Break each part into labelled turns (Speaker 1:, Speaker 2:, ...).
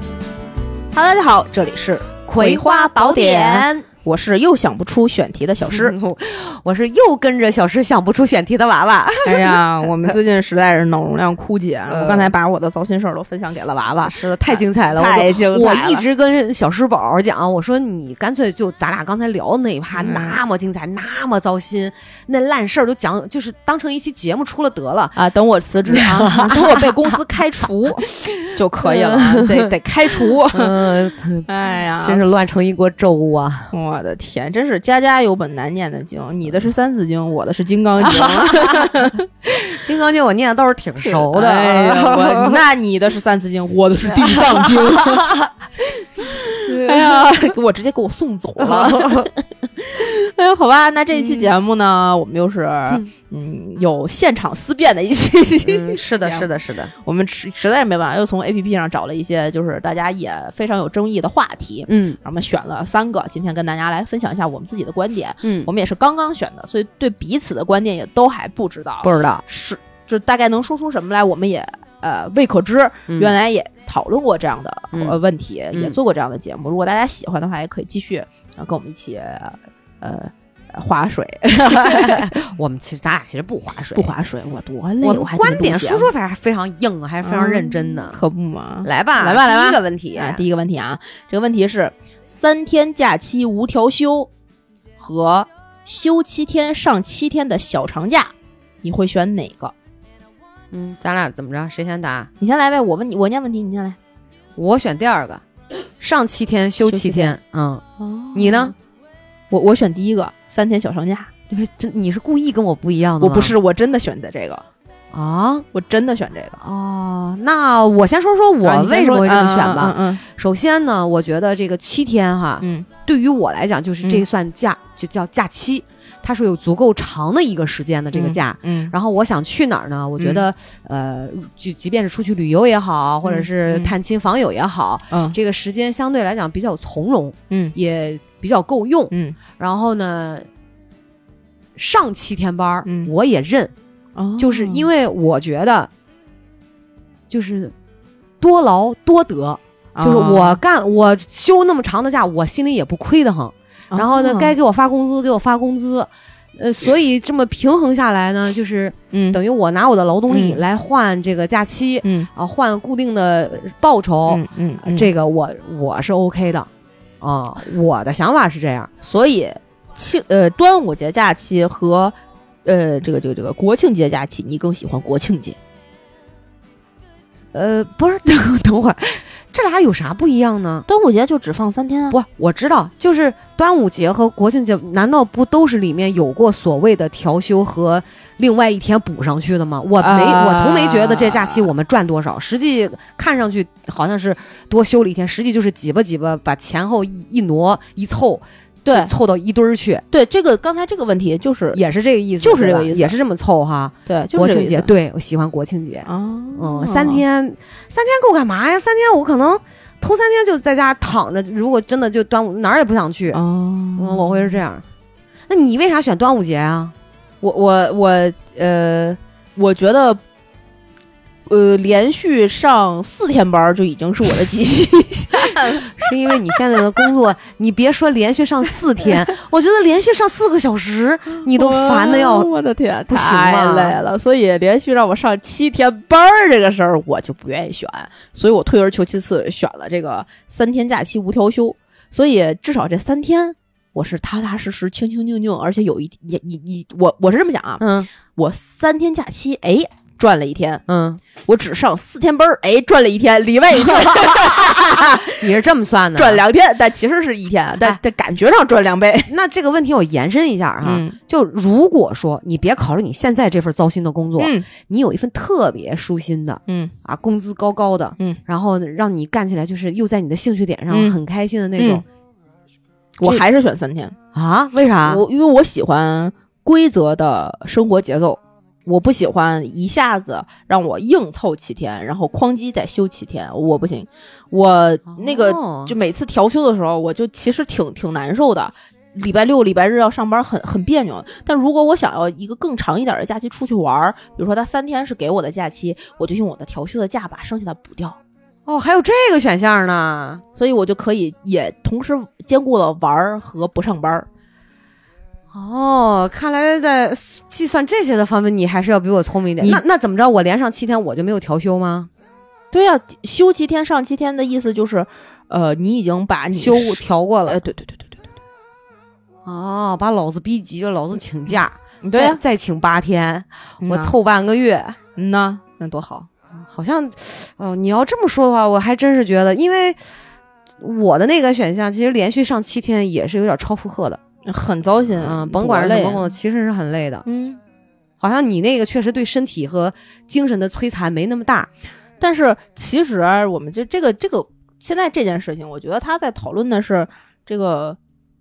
Speaker 1: 哈喽，大家好，这里是《葵花宝典》，我是又想不出选题的小诗。
Speaker 2: 嗯 我是又跟着小诗想不出选题的娃娃，
Speaker 1: 哎呀，我们最近实在是脑容量 枯竭，
Speaker 2: 嗯
Speaker 1: 我刚才把我的糟心事儿都分享给了娃娃，
Speaker 2: 是呃太精彩了，我都
Speaker 1: 精
Speaker 2: 我一直跟小诗宝儿讲，我说你干脆就咱俩刚才聊的那一趴
Speaker 1: 嗯
Speaker 2: 那么精彩，那么糟心，那烂事儿都讲，就是当成一期节目出了得 了。
Speaker 1: 啊，等我辞职啊，等我被公司开除就可以了啊，得得开除。
Speaker 2: 嗯，
Speaker 1: 哎呀，
Speaker 2: 真是乱成一锅粥啊！
Speaker 1: 我的天，真是家家有本难念的经，你的是《三字经》，我的是《金刚
Speaker 2: 啊
Speaker 1: 经》
Speaker 2: 《 金刚经》我念的倒是挺熟的，
Speaker 1: 哎呀，我 那你的是《三字经》，我的是《地藏经》。 哎呀，给我直接给我送走了。 哎呀，好吧，那这一期节目呢，我们又是嗯有现场思辨的一期，
Speaker 2: 嗯是的，
Speaker 1: 这样
Speaker 2: 是的，是的，
Speaker 1: 我们实实在是没办法，又从 A P P 上找了一些就是大家也非常有争议的话题，
Speaker 2: 嗯
Speaker 1: 我们选了三个，今天跟大家来分享一下我们自己的观点。
Speaker 2: 嗯，
Speaker 1: 我们也是刚刚选的，所以对彼此的观点也都还不知道，
Speaker 2: 不知道，
Speaker 1: 是就大概能说出什么来，我们也呃未可知。原
Speaker 2: 来
Speaker 1: 来也讨论过这样的、
Speaker 2: 嗯
Speaker 1: 呃问题，
Speaker 2: 嗯
Speaker 1: 也做过这样的节目。如果大家喜欢的话，也可以继续、呃、跟我们一起呃划水，
Speaker 2: 我们其实咱俩其实不划水，
Speaker 1: 不。划水，我多累，
Speaker 2: 我
Speaker 1: 我
Speaker 2: 们
Speaker 1: 还
Speaker 2: 观
Speaker 1: 得
Speaker 2: 点
Speaker 1: 录节
Speaker 2: 输
Speaker 1: 目嗯
Speaker 2: 出反正非常硬，还是非常认真的。
Speaker 1: 可不嘛。
Speaker 2: 嗯来吧，
Speaker 1: 来吧来吧
Speaker 2: 第一个问题，
Speaker 1: 啊，第一个问题啊，这个问题是三天假期无调休和休七天上七天的小长假，你会选哪个？
Speaker 2: 嗯，咱俩怎么着？谁先答？
Speaker 1: 你先来呗，我问你，我念问题，你先来。
Speaker 2: 我选第二个，上七天休
Speaker 1: 休
Speaker 2: 七
Speaker 1: 七
Speaker 2: 天。嗯，
Speaker 1: 哦
Speaker 2: 你呢？
Speaker 1: 我我选第一个，三天小长假。
Speaker 2: 对，这你是故意跟我不一样的
Speaker 1: 我
Speaker 2: 吗
Speaker 1: 不是， 我真的选的这个，
Speaker 2: 啊
Speaker 1: 我真的选这个。
Speaker 2: 哦，那我先说说啊
Speaker 1: 啊
Speaker 2: 我
Speaker 1: 你先
Speaker 2: 为什么
Speaker 1: 说
Speaker 2: 会这么选
Speaker 1: 嗯
Speaker 2: 吧。
Speaker 1: 嗯
Speaker 2: 首先呢，我觉得这个七天哈，
Speaker 1: 嗯
Speaker 2: 对于我来讲，就是这
Speaker 1: 嗯
Speaker 2: 算假，就叫假期，它是有足够长的一个时间的这个假。
Speaker 1: 嗯
Speaker 2: 然后我想去哪儿呢？我觉得，呃，就即便是出去旅游也好，或者
Speaker 1: 嗯
Speaker 2: 是
Speaker 1: 嗯
Speaker 2: 探亲访友也好，
Speaker 1: 嗯
Speaker 2: 这个时间相对来讲比较从容，
Speaker 1: 嗯
Speaker 2: 也比较够用。
Speaker 1: 嗯
Speaker 2: 然后呢，上七天班儿、
Speaker 1: 嗯
Speaker 2: 我也认，
Speaker 1: 嗯，
Speaker 2: 就是因
Speaker 1: 为
Speaker 2: 为我觉得，就是多劳多得，
Speaker 1: 哦
Speaker 2: 就是
Speaker 1: 啊
Speaker 2: 我干我休那么长的假，我心里也不亏得
Speaker 1: 哦
Speaker 2: 很。然后呢，该给我发工资给我发工资，呃，所以这么平衡下来呢，就是
Speaker 1: 嗯
Speaker 2: 等于我拿我的劳动力
Speaker 1: 嗯
Speaker 2: 来换这个假期啊、
Speaker 1: 嗯
Speaker 2: 换固定的报酬，
Speaker 1: 嗯嗯嗯
Speaker 2: 这个我我是 OK 的。啊、我的想法是这样，
Speaker 1: 所以庆呃端午节假期和呃这个这个这个国庆节假期，你更喜欢国庆节？
Speaker 2: 呃，不是， 等等会儿，这俩有啥不一样呢？
Speaker 1: 端午节就只放三天啊？
Speaker 2: 不，我知道，就是端午节和国庆节，难道不都是里面有过所谓的调休和另外一天补上去的吗？我没，
Speaker 1: 啊
Speaker 2: 我从没觉得这假期我们赚多少，实际看上去好像是多休了一天，实际就是挤吧挤吧，把前后一一挪一凑，
Speaker 1: 对
Speaker 2: 凑到一堆儿去，
Speaker 1: 对，这个刚才这个问题就是
Speaker 2: 也是这个意思，
Speaker 1: 就是
Speaker 2: 对
Speaker 1: 这个
Speaker 2: 吧
Speaker 1: 意思
Speaker 2: 也是这么凑哈。
Speaker 1: 对，就
Speaker 2: 国
Speaker 1: 是这个
Speaker 2: 庆
Speaker 1: 意
Speaker 2: 节，
Speaker 1: 思
Speaker 2: 对我喜欢国庆节，
Speaker 1: 啊，
Speaker 2: 嗯，三天，三天够干嘛呀？三天我可能头三天就在家躺着，如果真的就端午哪儿也不想去，
Speaker 1: 哦，
Speaker 2: 嗯，我会是这样。那你为啥选端午节啊？
Speaker 1: 我我我呃，我觉得，呃，连续上四天班儿就已经是我的极 限
Speaker 2: 是因为你现在的工作，你别说连续上四天，我觉得连续上四个小时，你都烦的要
Speaker 1: 我。 我的天，
Speaker 2: 不行
Speaker 1: 太
Speaker 2: 了
Speaker 1: 累了。所以连续让我上七天班儿这个事儿，我就不愿意选，所以我退而求其次选了这个三天假期无调休。所以至少这三天，我是踏踏实实、清清静静，而且有一也你你我我是这么想啊，
Speaker 2: 嗯
Speaker 1: 我三天假期哎赚了一天，
Speaker 2: 嗯，
Speaker 1: 我只上四天班儿哎赚了一天，里外一天
Speaker 2: 你是这么算的？啊
Speaker 1: 赚。两天，但其实是一天，但
Speaker 2: 哎
Speaker 1: 但感觉上赚两倍
Speaker 2: 那这个问题我延伸一下哈，
Speaker 1: 啊。
Speaker 2: 就如果说你别考虑你现在这份糟心的工作，
Speaker 1: 嗯
Speaker 2: 你有一份特别舒心的
Speaker 1: 嗯
Speaker 2: 啊，工资高高的，
Speaker 1: 嗯，
Speaker 2: 然后让你干起来就是又在你的兴趣点上
Speaker 1: 嗯
Speaker 2: 很开心的那种、
Speaker 1: 我
Speaker 2: 这
Speaker 1: 还是选三天。
Speaker 2: 啊？为啥？
Speaker 1: 嗯我因为我喜欢规则的生活节奏，我不喜欢一下子让我硬凑七天，然后哐叽再休七天，我不行。我那个
Speaker 2: 哦
Speaker 1: 就每次调休的时候，我就其实挺挺难受的。礼拜六、礼拜日要上班很，很别扭。但如果我想要一个更长一点的假期出去玩儿，比如说他三天是给我的假期，我就用我的调休的假把剩下的补掉。
Speaker 2: 哦，还有这个选项呢？
Speaker 1: 所以我就可以也同时兼顾了玩儿和不上班儿。
Speaker 2: 哦，看来在计算这些的方面，你还是要比我聪明一点。
Speaker 1: 你
Speaker 2: 那那怎么着？我连上七天，我就没有调休吗？
Speaker 1: 对呀、休七天上七天的意思就是，呃，你已经把你
Speaker 2: 休调过了
Speaker 1: 呃，。对对对对对对
Speaker 2: 哦，把老子逼急了，老子请假。
Speaker 1: 嗯对，啊嗯对呀、
Speaker 2: 再再请八天，我
Speaker 1: 我操，
Speaker 2: 凑半个月。
Speaker 1: 嗯呐，那多好。
Speaker 2: 好像，哦、你要这么说的话，我还真是觉得，因为我的那个选项其实连续上七天也是有点超负荷的，
Speaker 1: 很糟心
Speaker 2: 嗯，
Speaker 1: 啊，
Speaker 2: 甭管是怎
Speaker 1: 多累
Speaker 2: 么
Speaker 1: 啊
Speaker 2: 工作，其实是很累的。
Speaker 1: 嗯，
Speaker 2: 好像你那个确实对身体和精神的摧残没那么大，
Speaker 1: 但是其实啊我们这这个这个现在这件事情，我觉得他在讨论的是这个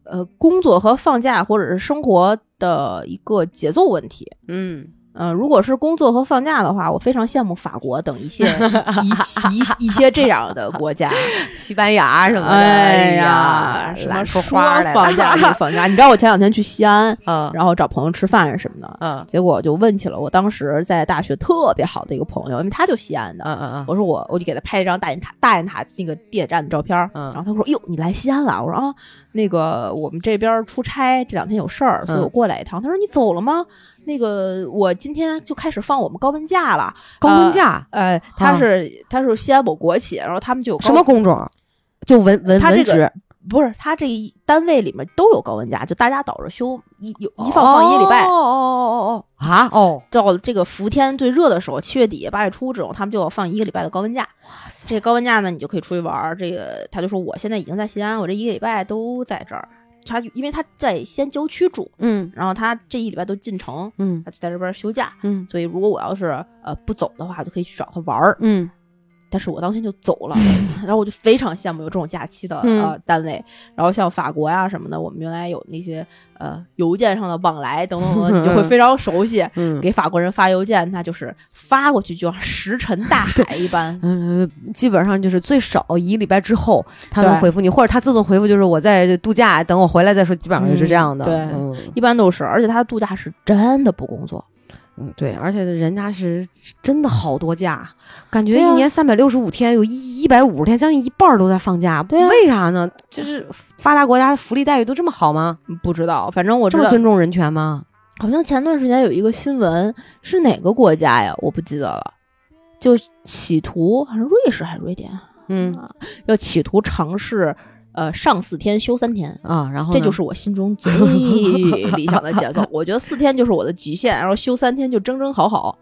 Speaker 1: 呃工作和放假或者是生活的一个节奏问题。
Speaker 2: 嗯，
Speaker 1: 嗯、如果是工作和放假的话，我非常羡慕法国等 一些一一一些这样的国家。
Speaker 2: 西班牙什么的，
Speaker 1: 哎
Speaker 2: 呀
Speaker 1: 呀，，什
Speaker 2: 懒
Speaker 1: 么
Speaker 2: 得说
Speaker 1: 说
Speaker 2: 花儿来
Speaker 1: 放假就
Speaker 2: 了，
Speaker 1: 放假？你知道我前两天去西安，
Speaker 2: 嗯
Speaker 1: 然后找朋友吃饭什么的，
Speaker 2: 嗯
Speaker 1: 结果就问起了我当时在大学特别好的一个朋友，因为他就西安的，
Speaker 2: 嗯嗯
Speaker 1: 我说我我就给他拍一张大雁塔大雁塔那个地铁站的照片儿，
Speaker 2: 嗯
Speaker 1: 然后他说哟你来西安了，我说啊那个我们这边儿出差这两天有事儿，
Speaker 2: 嗯
Speaker 1: 所以我过来一趟。他说你走了吗？那个我今天就开始放我们高温假了，
Speaker 2: 高温假
Speaker 1: 呃，呃他是他是西安某国企，然后他们就有
Speaker 2: 嗯
Speaker 1: 高
Speaker 2: 什么工种？就文文
Speaker 1: 他这
Speaker 2: 文
Speaker 1: 个
Speaker 2: 职，
Speaker 1: 不是他这一单位里面都有高温假，就大家倒着休一有一放放一个礼拜
Speaker 2: 哦。哦哦哦哦啊哦，
Speaker 1: 到这个伏天最热的时候，七月底八月初这种，他们就要放一个礼拜的高温假。这个高温假呢，你就可以出去玩儿。这个他就说，我现在已经在西安，我这一个礼拜都在这儿。他因为他在西安郊区住，
Speaker 2: 嗯
Speaker 1: 然后他这一礼拜都进城，
Speaker 2: 嗯
Speaker 1: 他就在这边休假。
Speaker 2: 嗯
Speaker 1: 所以如果我要是呃不走的话，我就可以去找他玩儿。
Speaker 2: 嗯
Speaker 1: 但是我当天就走了，然后我就非常羡慕有这种假期的、
Speaker 2: 嗯
Speaker 1: 呃单位。然后像法国呀、什么的，我们原来有那些呃邮件上的往来等等等等，你就会非常熟悉。
Speaker 2: 嗯。
Speaker 1: 给法国人发邮件，那就是发过去就像石沉大海一般
Speaker 2: 嗯，基本上就是最少一礼拜之后他能
Speaker 1: 对
Speaker 2: 回复你，或者他自动回复，就是我在度假，等我回来再说，基本上就是这样的。
Speaker 1: 嗯
Speaker 2: 对，
Speaker 1: 一般都是，而且他度假是真的不工作，
Speaker 2: 嗯，对，而且人家是真的好多假，感觉
Speaker 1: 对
Speaker 2: 一
Speaker 1: 啊
Speaker 2: 年三百六十五天，有一一百五十天，将近一半儿都在放假。
Speaker 1: 对啊
Speaker 2: 为啥呢？就是发达国家福利待遇都这么好吗？
Speaker 1: 不知道。反正我
Speaker 2: 这
Speaker 1: 知
Speaker 2: 么
Speaker 1: 道，
Speaker 2: 尊重人权吗？
Speaker 1: 好像前段时间有一个新闻是哪个国家呀？我不记得了，就企图好像瑞士还是瑞典，
Speaker 2: 嗯
Speaker 1: 要企图尝试呃上四天休三天。
Speaker 2: 啊，然后
Speaker 1: 嗯这就是是我心中最理想的 节奏，我觉得四天就是我的极限，然后休三天就正正好好。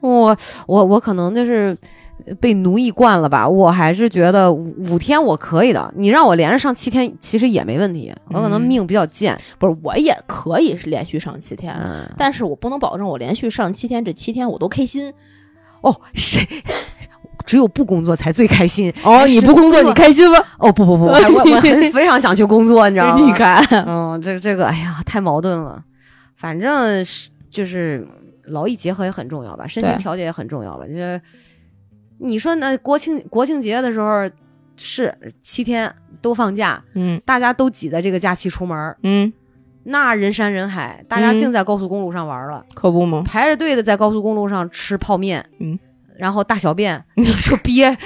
Speaker 2: 我我我可能就是被奴役惯了吧，我还是觉得五五天我可以的，你让我连着上七天其实也没问题，我可能
Speaker 1: 嗯
Speaker 2: 命比较贱。
Speaker 1: 不是，我也可以是连续上七天，
Speaker 2: 嗯，
Speaker 1: 但是我不能保证我连续上七天，这七天我都开心。
Speaker 2: 哦，谁？ 只有不工作才最开心
Speaker 1: 哦
Speaker 2: 你不工作你
Speaker 1: 开心吗？
Speaker 2: 哦！不不不，我还我我 很非常想去工作，你知道吗？
Speaker 1: 你看，
Speaker 2: 嗯，这这个，哎呀，太矛盾了。反正是就是劳逸结合也很重要吧，身心
Speaker 1: 对
Speaker 2: 调节也很重要吧。就是你说那国庆国庆节的时候是七天都放假，
Speaker 1: 嗯
Speaker 2: 大家都挤在这个假期出门儿，
Speaker 1: 嗯，
Speaker 2: 那人山人海，大家
Speaker 1: 嗯
Speaker 2: 净在高速公路上玩儿了，
Speaker 1: 可不吗？
Speaker 2: 排着队的在高速公路上吃泡面，
Speaker 1: 嗯，
Speaker 2: 然后大小便就憋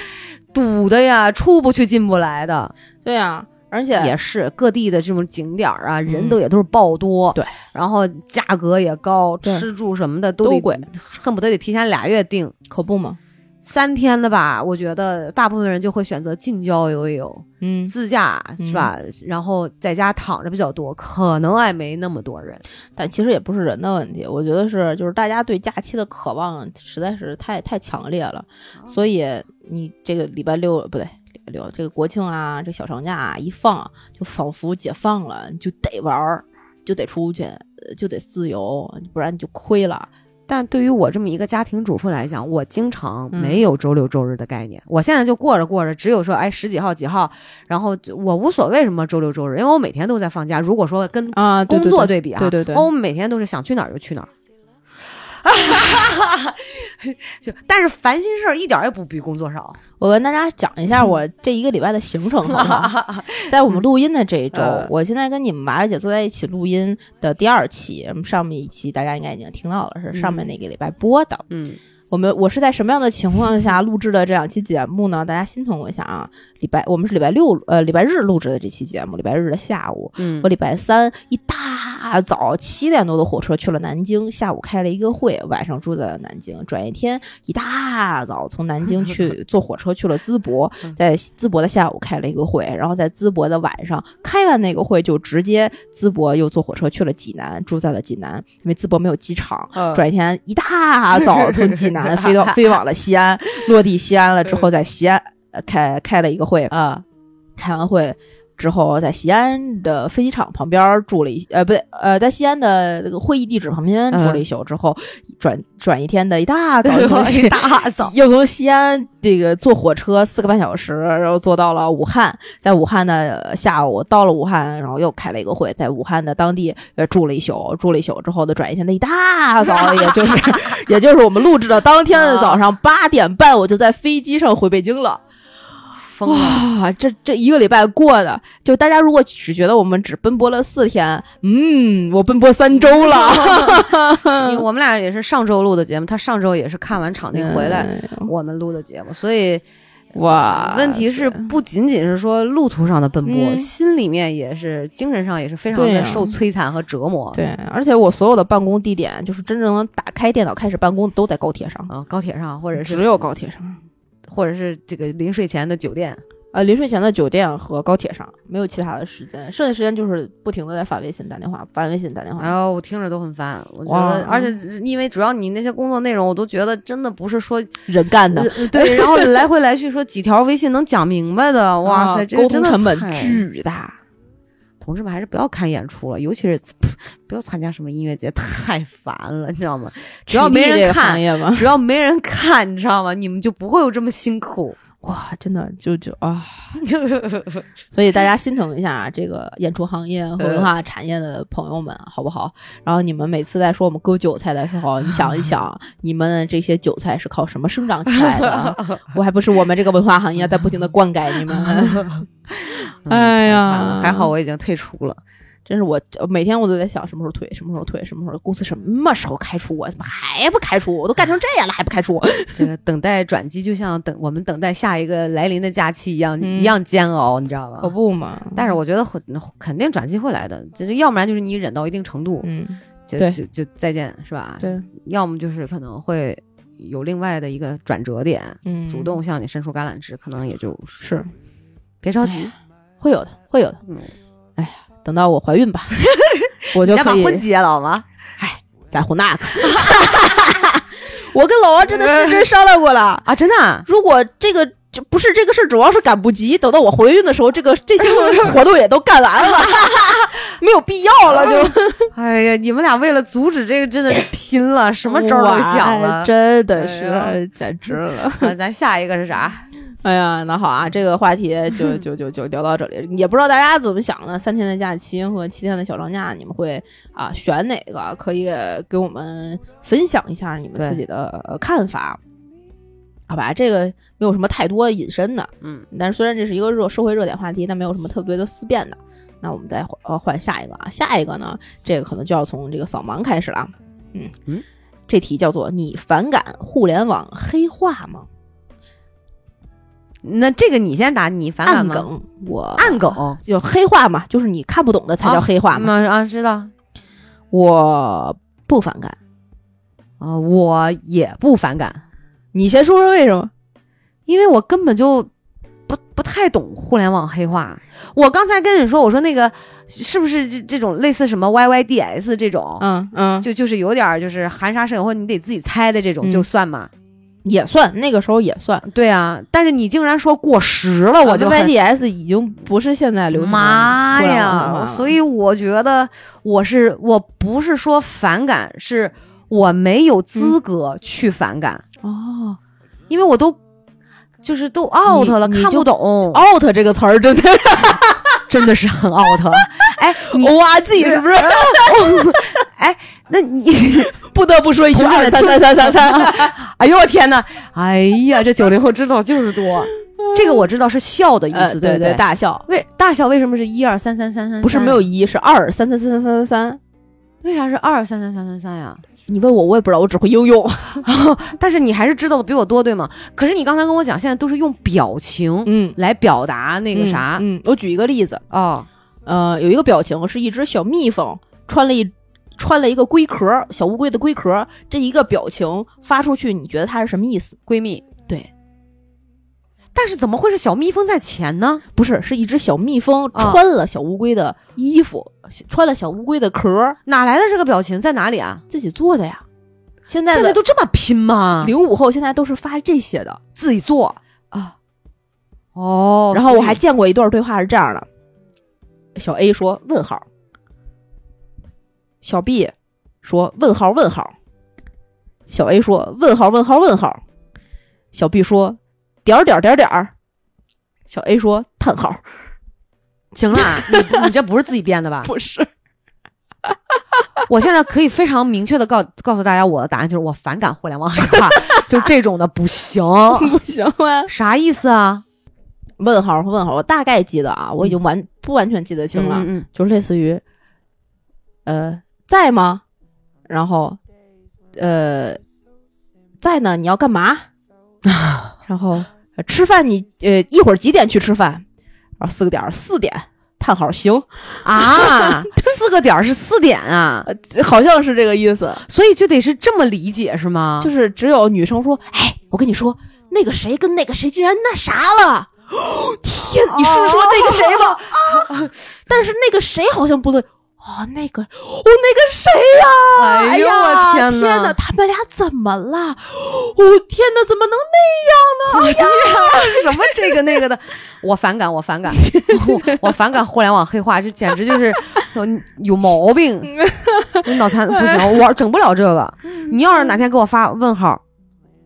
Speaker 2: 堵的呀，出不去进不来的。
Speaker 1: 对啊，而且
Speaker 2: 也是各地的这种景点儿啊，人
Speaker 1: 嗯
Speaker 2: 都也都是爆多，
Speaker 1: 对，
Speaker 2: 然后价格也高，
Speaker 1: 对
Speaker 2: 吃住什么的都
Speaker 1: 都
Speaker 2: 得
Speaker 1: 贵，
Speaker 2: 恨不得得提前俩月订
Speaker 1: 可不吗？
Speaker 2: 三天的吧。我觉得大部分人就会选择近郊游一游，
Speaker 1: 嗯，
Speaker 2: 自驾
Speaker 1: 嗯
Speaker 2: 是吧？然后在家躺着比较多，可能哎没那么多人。
Speaker 1: 但其实也不是人的问题，我觉得是就是大家对假期的渴望实在是太太强烈了，所以你这个礼拜六不对。礼拜六这个国庆啊，这小长假啊一放，就仿佛解放了，你就得玩儿，就得出去，呃就得自由，不然你就亏了。
Speaker 2: 但对于我这么一个家庭主妇来讲，我经常
Speaker 1: 嗯
Speaker 2: 没有周六周日的概念。我现在就过着过着，只有说哎十几号几号，然后就我无所谓什么周六周日，因为我每天都在放假。如果说跟
Speaker 1: 啊，对
Speaker 2: 工作对比啊，
Speaker 1: 对对对
Speaker 2: 哦我们每天都是想去哪儿就 去哪儿。就但是烦心事儿一点儿也不比工作少。
Speaker 1: 我跟大家讲一下我这一个礼拜的行程，好吗？在我们录音的这一周
Speaker 2: 嗯，
Speaker 1: 我现在跟你们麻辣姐坐在一起录音的第二期，嗯上面一期大家应该已经听到了，是上面那个礼拜播的。
Speaker 2: 嗯
Speaker 1: 我们我是在什么样的情况下录制的这两期节目呢？大家心疼我一下啊！礼拜我们是礼拜六呃礼拜日录制的这期节目，礼拜日的下午，
Speaker 2: 嗯
Speaker 1: 我礼拜三一大早七点多的火车去了南京，下午开了一个会，晚上住在南京。转一天一大早从南 京去坐火车去了淄博
Speaker 2: 嗯，
Speaker 1: 在淄博的下午开了一个会，然后在淄博的晚上开完那个会，就直接淄博又坐火车去了济南，住在了济南，因为淄博没有机场。
Speaker 2: 嗯
Speaker 1: 转一天一大早从济南飞到飞往了西安，落地 西安了之后，在西安呃开开了一个会，
Speaker 2: 啊，
Speaker 1: 开完会之后，在西安的飞机场旁边儿住了一呃，不对，呃，在西安的那个会议地址旁边住了一宿之后，转转一天的一大早就
Speaker 2: 一
Speaker 1: 去。
Speaker 2: 大哎早，
Speaker 1: 又从西安这个坐火车四个半小时，然后坐到了武汉，在武汉的下午到了武汉，然后又开了一个会，在武汉的当地呃住了一宿，住了一宿之后的转一天的一大早，也就是 也就是我们录制的当天的早上八点半，我就在飞机上回北京了。
Speaker 2: 疯了，
Speaker 1: 哇，啊这这一个礼拜过的，就大家如果只觉得我们只奔波了四天，嗯，我奔波三周
Speaker 2: 嗯
Speaker 1: 了，
Speaker 2: 因为 我们俩也是上周录的节目，他上周也是看完场地回来，我们录的节目，所以
Speaker 1: 嗯哇，
Speaker 2: 问题是不仅仅是说路途上的奔波，
Speaker 1: 嗯
Speaker 2: 心里面也是精神上也是非常
Speaker 1: 对
Speaker 2: 的
Speaker 1: 啊
Speaker 2: 受摧残和折磨。
Speaker 1: 对，而且我所有的办公地点，就是真正能打开电脑开始办公，都在高铁上，
Speaker 2: 啊，高铁上或者是
Speaker 1: 只有高铁上，
Speaker 2: 或者是这个临睡前的酒店，
Speaker 1: 呃，临睡前的酒店和高铁上，没有其他的时间，剩下时间就是不停的在发微信、打电话、发微信、打电话。
Speaker 2: 然后哎我听着都很烦。我觉
Speaker 1: 嗯哇
Speaker 2: 得，而且因为主要你那些工作内容，我都觉得真的不是说
Speaker 1: 人干的，
Speaker 2: 呃对，然后来回来去说几条微信能讲明白 的，哇塞，
Speaker 1: 啊
Speaker 2: 这个
Speaker 1: 沟
Speaker 2: 真
Speaker 1: 通
Speaker 2: 的
Speaker 1: 成本
Speaker 2: 太
Speaker 1: 巨大。
Speaker 2: 同志们还是不要看演出了，尤其是 不要参加什么音乐节，太烦了，你知道吗？只要
Speaker 1: 取
Speaker 2: 没
Speaker 1: 缔这
Speaker 2: 人
Speaker 1: 个
Speaker 2: 看
Speaker 1: 行，业吗？
Speaker 2: 只要没人看，你知道吗？你们就不会有这么辛 苦。
Speaker 1: 哇，真的就就啊，所以大家心疼一下这个演出行业和文化产业的朋友们，啊好不好？然后你们每次在说我们割韭菜的时候，你想 一想，你们这些韭菜是靠什么生长起来的？我还不是我们这个文化行业在不停的灌溉 你们，
Speaker 2: 嗯
Speaker 1: 哎呀
Speaker 2: 太惨了还好我已经退出了。
Speaker 1: 真是我每天我都在想什么时候退，什么时候退，什么时候公司什么时候开除我，怎么还不开除我？我都干成这样了还不开除 我？
Speaker 2: 这个等待转机，就像等我们等待下一个来临的假期一样，
Speaker 1: 嗯
Speaker 2: 一样煎熬，你知道吗？
Speaker 1: 不嘛，
Speaker 2: 但是我觉得很肯定转机会来的，就是要不然就是你忍到一定程度，
Speaker 1: 嗯，
Speaker 2: 就
Speaker 1: 对
Speaker 2: 就就再见是吧？
Speaker 1: 对，
Speaker 2: 要么就是可能会有另外的一个转折点，
Speaker 1: 嗯，
Speaker 2: 主动向你伸出橄榄枝，可能也就是
Speaker 1: 是
Speaker 2: 别着
Speaker 1: 哎
Speaker 2: 急，
Speaker 1: 会有的，会有的。哎
Speaker 2: 嗯，
Speaker 1: 等到我怀 孕吧，我就
Speaker 2: 先把
Speaker 1: 可
Speaker 2: 婚
Speaker 1: 以
Speaker 2: 结了好吗？
Speaker 1: 在乎那个。 我跟老王真的是认真商量过了，
Speaker 2: 啊，真的啊
Speaker 1: 如果这个这不是这个事儿，主要是赶不及，等到我怀孕的时候，这个这些活动也都干完了， 没有必要了，就
Speaker 2: 哎呀，你们俩为了阻止这个真的是拼了，什么招儿都想
Speaker 1: 哇
Speaker 2: 了。
Speaker 1: 哎真的是、
Speaker 2: 哎
Speaker 1: 简直了。
Speaker 2: 啊咱下一个是啥？
Speaker 1: 哎呀，那好啊，
Speaker 2: 嗯
Speaker 1: 这个话题 就就就就聊到这里，也不知道大家怎么想呢？三天的假期和七天的小长假，你们会啊选哪个？可以给我们分享一下你们
Speaker 2: 对
Speaker 1: 自己的呃看法。好吧，这个没有什么太多引申的，
Speaker 2: 嗯，
Speaker 1: 但是虽然这是一个热社会热点话题，但没有什么特别的思辨的。那我们再换呃换下一个啊，下一个呢，这个可能就要从这个扫盲开始了。嗯
Speaker 2: 嗯，
Speaker 1: 这题叫做“你反感互联网黑化吗？”
Speaker 2: 那这个你先打，你反感
Speaker 1: 暗
Speaker 2: 吗？
Speaker 1: 梗，嗯我
Speaker 2: 暗梗
Speaker 1: 就黑化嘛，就是你看不懂的才叫黑化嘛。
Speaker 2: 吗？啊，知道
Speaker 1: 我不反感，
Speaker 2: 啊，我也不反感，
Speaker 1: 你先说说为什么？
Speaker 2: 因为我根本就不不太懂互联网黑化。我刚才跟你说，我说那个是不是这这种类似什么 YYDS 这种，
Speaker 1: 嗯嗯，
Speaker 2: 就就是有点儿就是含沙射影，或者你得自己猜的这种，
Speaker 1: 嗯
Speaker 2: 就算嘛。
Speaker 1: 也算，那个时候也算。
Speaker 2: 对啊，但是你竟然说过时
Speaker 1: 啊
Speaker 2: 了，我就很
Speaker 1: YDS 已经不是现在流行的
Speaker 2: 妈
Speaker 1: 互联网文化
Speaker 2: 呀！
Speaker 1: 了
Speaker 2: 所以我觉得我是我不是说反感，是我没有资格去反感，
Speaker 1: 哦
Speaker 2: 因为我都就是都 out 了，
Speaker 1: 你
Speaker 2: 看不懂，
Speaker 1: ，out 这个词儿真的，
Speaker 2: 真的是很 out。哎，你
Speaker 1: 哇，自己是不是
Speaker 2: 哎，那你，
Speaker 1: 不得不说一句
Speaker 2: 同志
Speaker 1: 二
Speaker 2: 们
Speaker 1: 三三三三三？
Speaker 2: 哎呦我天哪！哎呀，这九零后知道就是多，这个我知道是笑的意
Speaker 1: 呃，
Speaker 2: 思，
Speaker 1: 对嗯
Speaker 2: 不对？
Speaker 1: 大笑
Speaker 2: 为大小为什么是一二三三三三？
Speaker 1: 不是没有一，是二三三三三三三三，
Speaker 2: 为啥是二三三三三三呀？
Speaker 1: 你问我，我也不知道，我只会应用。
Speaker 2: 但是你还是知道的比我多，对吗？可是你刚才跟我讲，现在都是用表情
Speaker 1: 嗯，
Speaker 2: 来表达那
Speaker 1: 那
Speaker 2: 个啥，
Speaker 1: 嗯，我举一个例子，
Speaker 2: 哦，
Speaker 1: 呃，有一个表情是一只小蜜蜂穿了一穿了一个龟壳，小乌龟的龟壳，这一个表情发出去，你觉得它是什么意思？
Speaker 2: 闺蜜
Speaker 1: 对。
Speaker 2: 但是怎么会是小蜜蜂在前呢？
Speaker 1: 不是，是一只小蜜蜂
Speaker 2: 啊
Speaker 1: 穿了小乌龟的衣服，穿了小乌龟的壳，
Speaker 2: 哪来的这个表情在哪里啊？
Speaker 1: 自己做的呀。现在
Speaker 2: 现在
Speaker 1: 的
Speaker 2: 都这么拼吗？
Speaker 1: 零五后现在都是发这些的
Speaker 2: 自己做
Speaker 1: 啊。
Speaker 2: 哦。
Speaker 1: 然后我
Speaker 2: 所以
Speaker 1: 还见过一段对话是这样的：小 A 说问号，小 B 说问号问号，小 A 说问号问号问号，小 B 说点儿点儿点儿点儿，小 A 说叹号，
Speaker 2: 行了， 你不你这不是自己编的吧？
Speaker 1: 不是，
Speaker 2: 我现在可以非常明确的告告诉大家，我的答案就是我反感互联网黑 话，就这种的不行，
Speaker 1: 不行吗？
Speaker 2: 啥意思啊？
Speaker 1: 问号和问号，我大概记得啊，我已经完不完全记得清了，
Speaker 2: 嗯嗯
Speaker 1: 就类似于，呃，在吗？然后，呃，在呢？你要干嘛？然后呃吃饭你呃一会儿几点去吃饭？然后四个点儿四点，叹号行，
Speaker 2: 啊，四个点儿是四点啊，
Speaker 1: 嗯呃好像是这个意思。
Speaker 2: 所以就得是这么理解是吗？
Speaker 1: 就是只有女生说，哎，我跟你说，那个谁跟那个谁竟然那啥了。 天，你是说那个谁吗？啊！但是那个谁好像不对。哦，那个，哦，那个谁呀、
Speaker 2: 哎呦
Speaker 1: 呀
Speaker 2: 我天
Speaker 1: 天
Speaker 2: 哪
Speaker 1: 哪！他们俩怎么了？哦，天哪，怎么能
Speaker 2: 嗯
Speaker 1: 那样呢？哎呀，
Speaker 2: 什么这个那个的，我反感，我 反感，我我反感互联网黑化，这简直就是呃有毛 病，我脑残不行，我整不了这个。
Speaker 1: 嗯
Speaker 2: 你要是哪天给我发问号，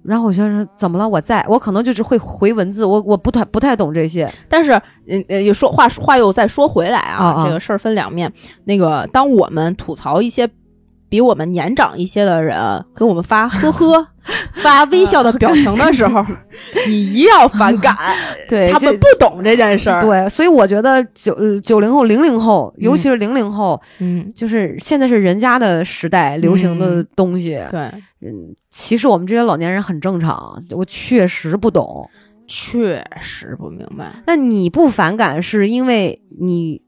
Speaker 2: 然后我先说怎么了，我在，我可能就只会回文字，我我不太不太懂这些。
Speaker 1: 但是，呃呃，又说话话又再说回来啊，
Speaker 2: 啊啊
Speaker 1: 这个事儿分两面。那个，当我们吐槽一些比我们年长一些的人给我们发呵 呵、发微笑的表情的时候，你一要反感，
Speaker 2: 嗯对
Speaker 1: 他们不懂这件事儿。，
Speaker 2: 对，所以我觉得九呃九零后、零零后，尤其是零零后，
Speaker 1: 嗯，
Speaker 2: 就是现在是人家的时代流行的
Speaker 1: 嗯
Speaker 2: 东西。
Speaker 1: 对，
Speaker 2: 嗯，其实我们这些老年人很正常，我确实不懂。
Speaker 1: 确实不明白。
Speaker 2: 那你不反感是因为你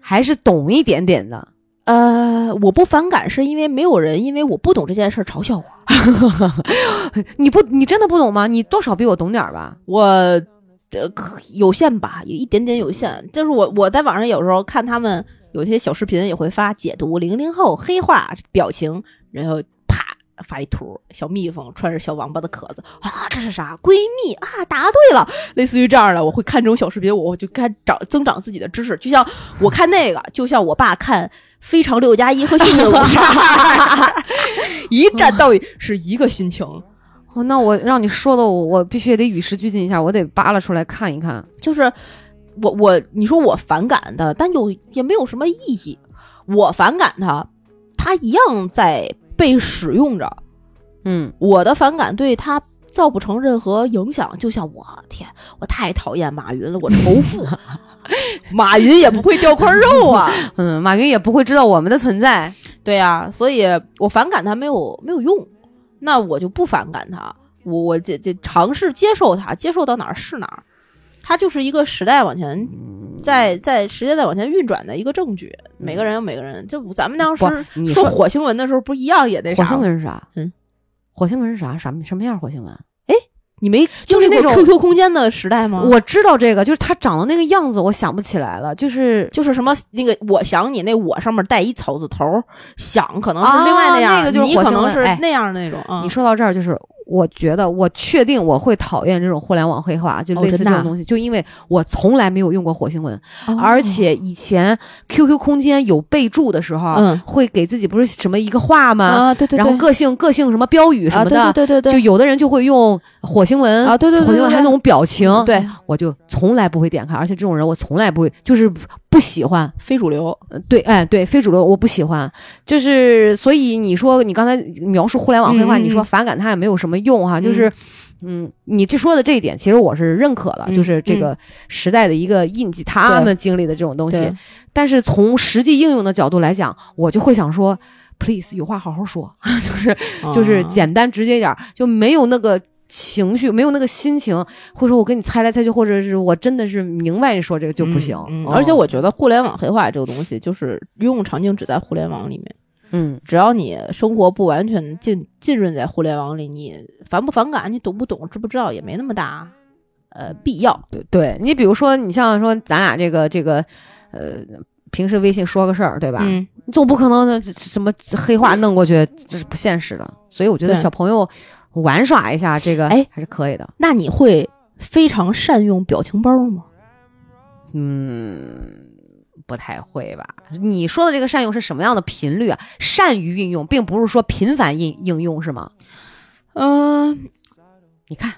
Speaker 2: 还是懂一点点的，
Speaker 1: 呃，我不反感是因为没有人因为我不懂这件事儿嘲笑我。
Speaker 2: 你不，你真的不懂吗？你多少比我懂点儿吧？
Speaker 1: 我呃可有限吧，有一点点有限。就是我我在网上有时候看他们有些小视频也会发解读零零后黑化表情，然后啪发一图，小蜜蜂穿着小王八的壳子啊，这是啥？闺蜜啊，答对了，类似于这样的，我会看这种小视频，我就开始长增长自己的知识，就像我看那个，就像我爸看。非常六加一和幸运五十二， 一站到底是一个心情。
Speaker 2: 哦，那我让你说的我，我必须也得与时俱进一下，我得扒拉出来看一看。
Speaker 1: 就是我我你说我反感它，但有也没有什么意义。我反感它，它一样在被使用着。
Speaker 2: 嗯，
Speaker 1: 我的反感对它造不成任何影响。就像我天，我太讨厌马云了，我仇富。 马云也不会掉块肉啊，
Speaker 2: 嗯，马云也不会知道我们的存在。
Speaker 1: 对呀、所以我反感它没有没有用，那我就不反感它，我我这这尝试接受它，接受到哪儿是哪儿，它就是一个时代往前
Speaker 2: 嗯
Speaker 1: 在在时间在往前运转的一个证据。每个人有每个人，就咱们当时
Speaker 2: 不，你
Speaker 1: 说火星文的时候，不一样也那
Speaker 2: 火
Speaker 1: 啥
Speaker 2: 星
Speaker 1: 吗？
Speaker 2: 文是啥？
Speaker 1: 嗯，啊
Speaker 2: 火星文是啥？啥什么样？火星文？
Speaker 1: 你没经历
Speaker 2: 是那
Speaker 1: 过
Speaker 2: 种
Speaker 1: QQ 空间的时代吗？
Speaker 2: 我知道这个，就是他长的那个样子，我想不起来了。就是
Speaker 1: 就是什么那个，我想你那我上面带一草字头，想可能是
Speaker 2: 啊
Speaker 1: 另外样，
Speaker 2: 那个就是
Speaker 1: 你
Speaker 2: 火
Speaker 1: 可
Speaker 2: 星
Speaker 1: 能
Speaker 2: 文
Speaker 1: 是
Speaker 2: 哎
Speaker 1: 那样的那种。嗯
Speaker 2: 你说到这儿，就是我觉得我确定我会讨厌这种互联网黑化，就
Speaker 1: 哦
Speaker 2: 类似
Speaker 1: 真
Speaker 2: 这
Speaker 1: 的啊
Speaker 2: 种东西，就因为我从来没有用过火星文，
Speaker 1: 哦
Speaker 2: 而且以前 QQ 空间有备注的时候，
Speaker 1: 嗯
Speaker 2: 会给自己不是什么一个话吗？
Speaker 1: 啊，对对对，
Speaker 2: 然后个性个性什么标语什
Speaker 1: 啊
Speaker 2: 么的，
Speaker 1: 对对对对
Speaker 2: 就有的人就会用火星文
Speaker 1: 啊，对对对，
Speaker 2: 火星文
Speaker 1: 对
Speaker 2: 还有那种表情，
Speaker 1: 嗯对，
Speaker 2: 我就从来不会点开，而且这种人我从来不会，就是不喜欢。
Speaker 1: 非主流，
Speaker 2: 呃对，哎，对，非主流我不喜欢，就是所以你说你刚才描述互联网黑化，
Speaker 1: 嗯嗯
Speaker 2: 你说反感它也没有什么用哈，
Speaker 1: 嗯
Speaker 2: 就是。嗯，你这说的这一点，其实我是认可的，
Speaker 1: 嗯
Speaker 2: 就是这个时代的一个印记，他们经历的这种东西。但是从实际应用的角度来讲，我就会想说， please 有话好好说，就是
Speaker 1: 哦
Speaker 2: 就是
Speaker 1: 嗯
Speaker 2: 简单直接一点儿，就没有那个情绪，没有那个心情，会说我跟你猜来猜去，或者是我真的是明白你说这个就不行。
Speaker 1: 嗯嗯
Speaker 2: 嗯
Speaker 1: 而且我觉得互联网黑化这个东西，就是应用场景只在互联网里面。
Speaker 2: 嗯
Speaker 1: 只要你生活不完全浸浸润在互联网里，你反不反感，你懂不懂，知不知道，也没那么大呃必要。
Speaker 2: 对对你比如说你像说咱俩这个这个呃。平时微信说个事儿，对吧？
Speaker 1: 嗯，
Speaker 2: 你总不可能这什么黑话弄过去，这是不现实的。所以我觉得
Speaker 1: 对
Speaker 2: 小朋友玩耍一下，这个
Speaker 1: 哎
Speaker 2: 还是可以的。
Speaker 1: 那你会非常善用表情包吗？
Speaker 2: 嗯，不太会吧？你说的这个善用是什么样的频率啊？善于运用，并不是说频繁应应用是吗？
Speaker 1: 嗯、
Speaker 2: 你看，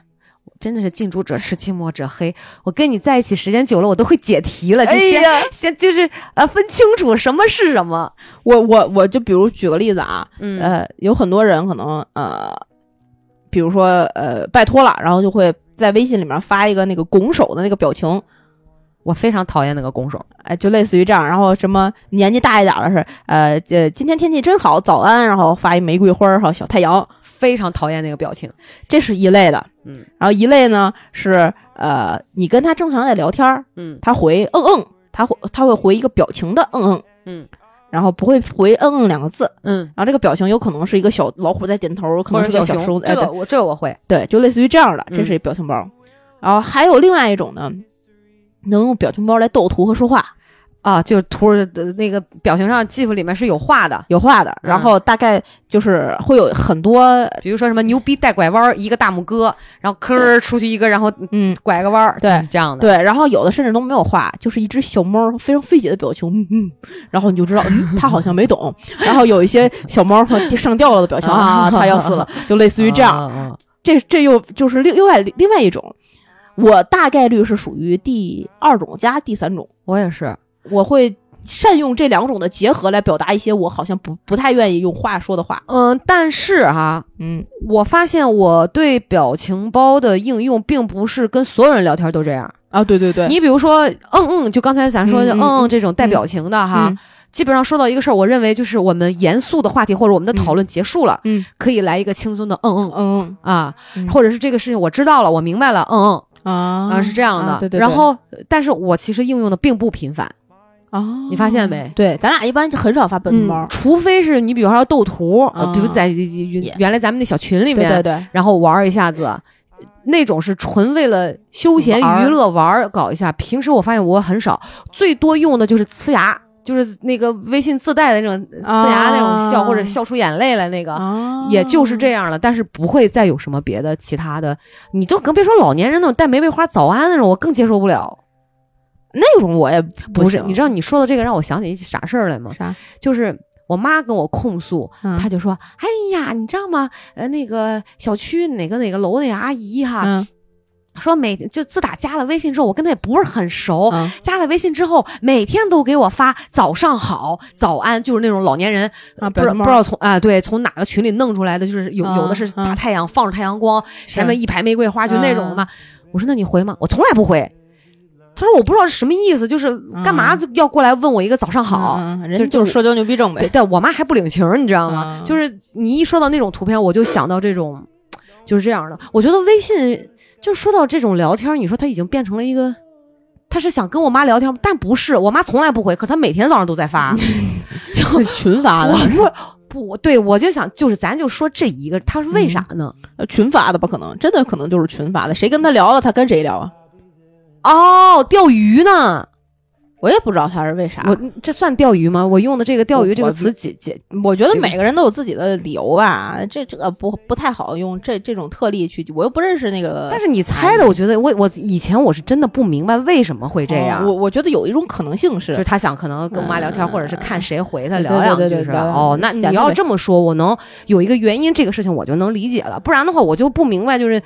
Speaker 2: 我真的是近朱者赤，近墨者黑。我跟你在一起时间久了，我都会解题了，就先、
Speaker 1: 哎呀，
Speaker 2: 先就是呃分清楚什么是什么。
Speaker 1: 我我我就比如举个例子啊，
Speaker 2: 嗯
Speaker 1: 呃，有很多人可能呃，比如说呃拜托了，然后就会呃在微信里面发一个那个拱手的那个表情，
Speaker 2: 我非常讨厌那个拱手。
Speaker 1: 哎，就类似于这样，然后什么年纪大一点的是，呃，这今天天气真好，早安，然后发一玫瑰花儿，还有小太阳，
Speaker 2: 非常讨厌那个表情，
Speaker 1: 这是一类的。
Speaker 2: 嗯，
Speaker 1: 然后一类呢是呃，你跟他正常在聊天儿，
Speaker 2: 嗯
Speaker 1: 他回嗯嗯，他会他会回一个表情的嗯嗯，
Speaker 2: 嗯
Speaker 1: 然后不会回嗯嗯两个字，
Speaker 2: 嗯，
Speaker 1: 然后这个表情有可能是一个小老虎在点头，可
Speaker 2: 或
Speaker 1: 能
Speaker 2: 者
Speaker 1: 是个小
Speaker 2: 熊
Speaker 1: 熊，，
Speaker 2: 这
Speaker 1: 哎
Speaker 2: 个我这个我会，
Speaker 1: 对对，就类似于这样的，
Speaker 2: 嗯
Speaker 1: 这是一表情包。然后还有另外一种呢，能用表情包来斗图和说话。
Speaker 2: 啊，就是图儿的那个表情上记 i 里面是有画的，
Speaker 1: 有画的，
Speaker 2: 嗯
Speaker 1: 然后大概就是会有很多，嗯
Speaker 2: 比如说什么牛逼带拐弯儿，一个大拇哥，然后吭儿出去一个，然后
Speaker 1: 嗯，
Speaker 2: 拐个弯儿，
Speaker 1: 对
Speaker 2: 就是这样的。
Speaker 1: 对，然后有的甚至都没有画，就是一只小猫非常费解的表情，嗯嗯，然后你就知道，嗯，它好像没懂。 然后有一些小猫和上吊了的表情啊，它要死了，就类似于这样。
Speaker 2: 样，
Speaker 1: 这这又就是另另外另外一种，我大概率是属于第二种加第三种，
Speaker 2: 我也是，
Speaker 1: 我会。善用这两种的结合来表达一些我好像不不太愿意用话说的话，
Speaker 2: 嗯，但是哈，
Speaker 1: 嗯，
Speaker 2: 我发现我对表情包的应用，并不是跟所有人聊天都这样。
Speaker 1: 啊，对对对你
Speaker 2: 你比如说，嗯嗯，就刚才咱说的，
Speaker 1: 嗯
Speaker 2: 嗯
Speaker 1: 嗯
Speaker 2: 嗯，
Speaker 1: 嗯
Speaker 2: 这种带表情的哈
Speaker 1: 嗯，
Speaker 2: 基本上说到一个事儿，我认为就是我们严肃的话题或者我们的讨论结束了，
Speaker 1: 嗯
Speaker 2: 可以来一个轻松的，嗯嗯
Speaker 1: 嗯
Speaker 2: 啊
Speaker 1: 嗯，
Speaker 2: 或者是这个事情我知道了，我明白了，嗯嗯。
Speaker 1: 啊
Speaker 2: 啊，是这样的。
Speaker 1: 啊对对对
Speaker 2: 然后，但是我其实应用的并不频繁，
Speaker 1: 哦，
Speaker 2: 你发现没
Speaker 1: 对，咱俩一般就很少发本
Speaker 2: 嗯
Speaker 1: 猫。
Speaker 2: 除非是你比如说要斗图，呃
Speaker 1: 啊
Speaker 2: 比如在
Speaker 1: 也
Speaker 2: 原原来咱们那小群里
Speaker 1: 对
Speaker 2: 面，
Speaker 1: 对对，
Speaker 2: 然后玩一下子。那种是纯为了休闲
Speaker 1: 玩儿
Speaker 2: 娱乐玩儿搞一下，平时我发现我很少，最多用的就是呲牙，就是那个微信自带的那种
Speaker 1: 啊
Speaker 2: 呲牙那种笑，或者笑出眼泪来那个，
Speaker 1: 啊
Speaker 2: 也就是这样了。但是不会再有什么别的其他的，你都更别说老年人那种带玫瑰花早安那种，我更接受不了。
Speaker 1: 那种我也
Speaker 2: 不是，
Speaker 1: 行
Speaker 2: 你知道你说的这个让我想起一啥事儿来吗？
Speaker 1: 啥？
Speaker 2: 就是我妈跟我控诉，
Speaker 1: 嗯
Speaker 2: 她就说：“哎呀，你知道吗？呃，那个小区哪个哪个楼那个阿姨哈，
Speaker 1: 嗯
Speaker 2: 说每就自打加了微信之后，我跟她也不是很熟。
Speaker 1: 嗯
Speaker 2: 加了微信之后，每天都给我发早上好、早安，就是那种老年人
Speaker 1: 啊，
Speaker 2: 不
Speaker 1: 表
Speaker 2: 知道
Speaker 1: 情
Speaker 2: 不
Speaker 1: 包
Speaker 2: 知道从啊、对从哪个群里弄出来的，就是有、
Speaker 1: 啊
Speaker 2: 有的是
Speaker 1: 啊
Speaker 2: 大太阳、放着太阳光，前面一排玫瑰花，就那种的嘛。我说那你回吗？我从来不回。他说我不知道是什么意思，就是干嘛
Speaker 1: 嗯
Speaker 2: 就要过来问我一个早上好？
Speaker 1: 嗯嗯人
Speaker 2: 就
Speaker 1: 家就是社交牛逼症
Speaker 2: 对，
Speaker 1: 呗。
Speaker 2: 但我妈还不领情儿，你知道吗？
Speaker 1: 嗯
Speaker 2: 就是你一说到那种图片，我就想到这种，就是这样的。我觉得微信就说到这种聊天儿，你说他已经变成了一个，他是想跟我妈聊天吗，但不是，我妈从来不回，可她每天早上都在发。
Speaker 1: 嗯就群发的，
Speaker 2: 我不不，我对我就想，就是咱就说这一个，他是为啥呢？
Speaker 1: 呃群发的吧？可能真的可能就是群发的，谁跟他聊了，他跟谁聊啊？
Speaker 2: 哦，钓鱼呢？
Speaker 1: 我也不知道他是为啥。
Speaker 2: 我这算钓鱼吗？我用的这个“钓鱼”这个
Speaker 1: 我
Speaker 2: 词解解，
Speaker 1: 我觉得
Speaker 2: 这个
Speaker 1: 每个人都有自己的理由吧，这这个不不太好用这这种特例去，我又不认识那个。
Speaker 2: 但是你猜的，我觉得我我以前我是真的不明白为什么会这样。
Speaker 1: 嗯我我觉得有一种可能性
Speaker 2: 就是
Speaker 1: 是，
Speaker 2: 他想可能跟我妈聊天，
Speaker 1: 嗯
Speaker 2: 或者是看谁回他
Speaker 1: 对
Speaker 2: 聊两
Speaker 1: 对
Speaker 2: 句
Speaker 1: 对
Speaker 2: 是
Speaker 1: 对
Speaker 2: 吧？
Speaker 1: 对
Speaker 2: 哦，那你
Speaker 1: 闲的
Speaker 2: 要
Speaker 1: 呗
Speaker 2: 这么说，我能有一个原因，这个事情我就能理解了。不然的话，我就不明白，就是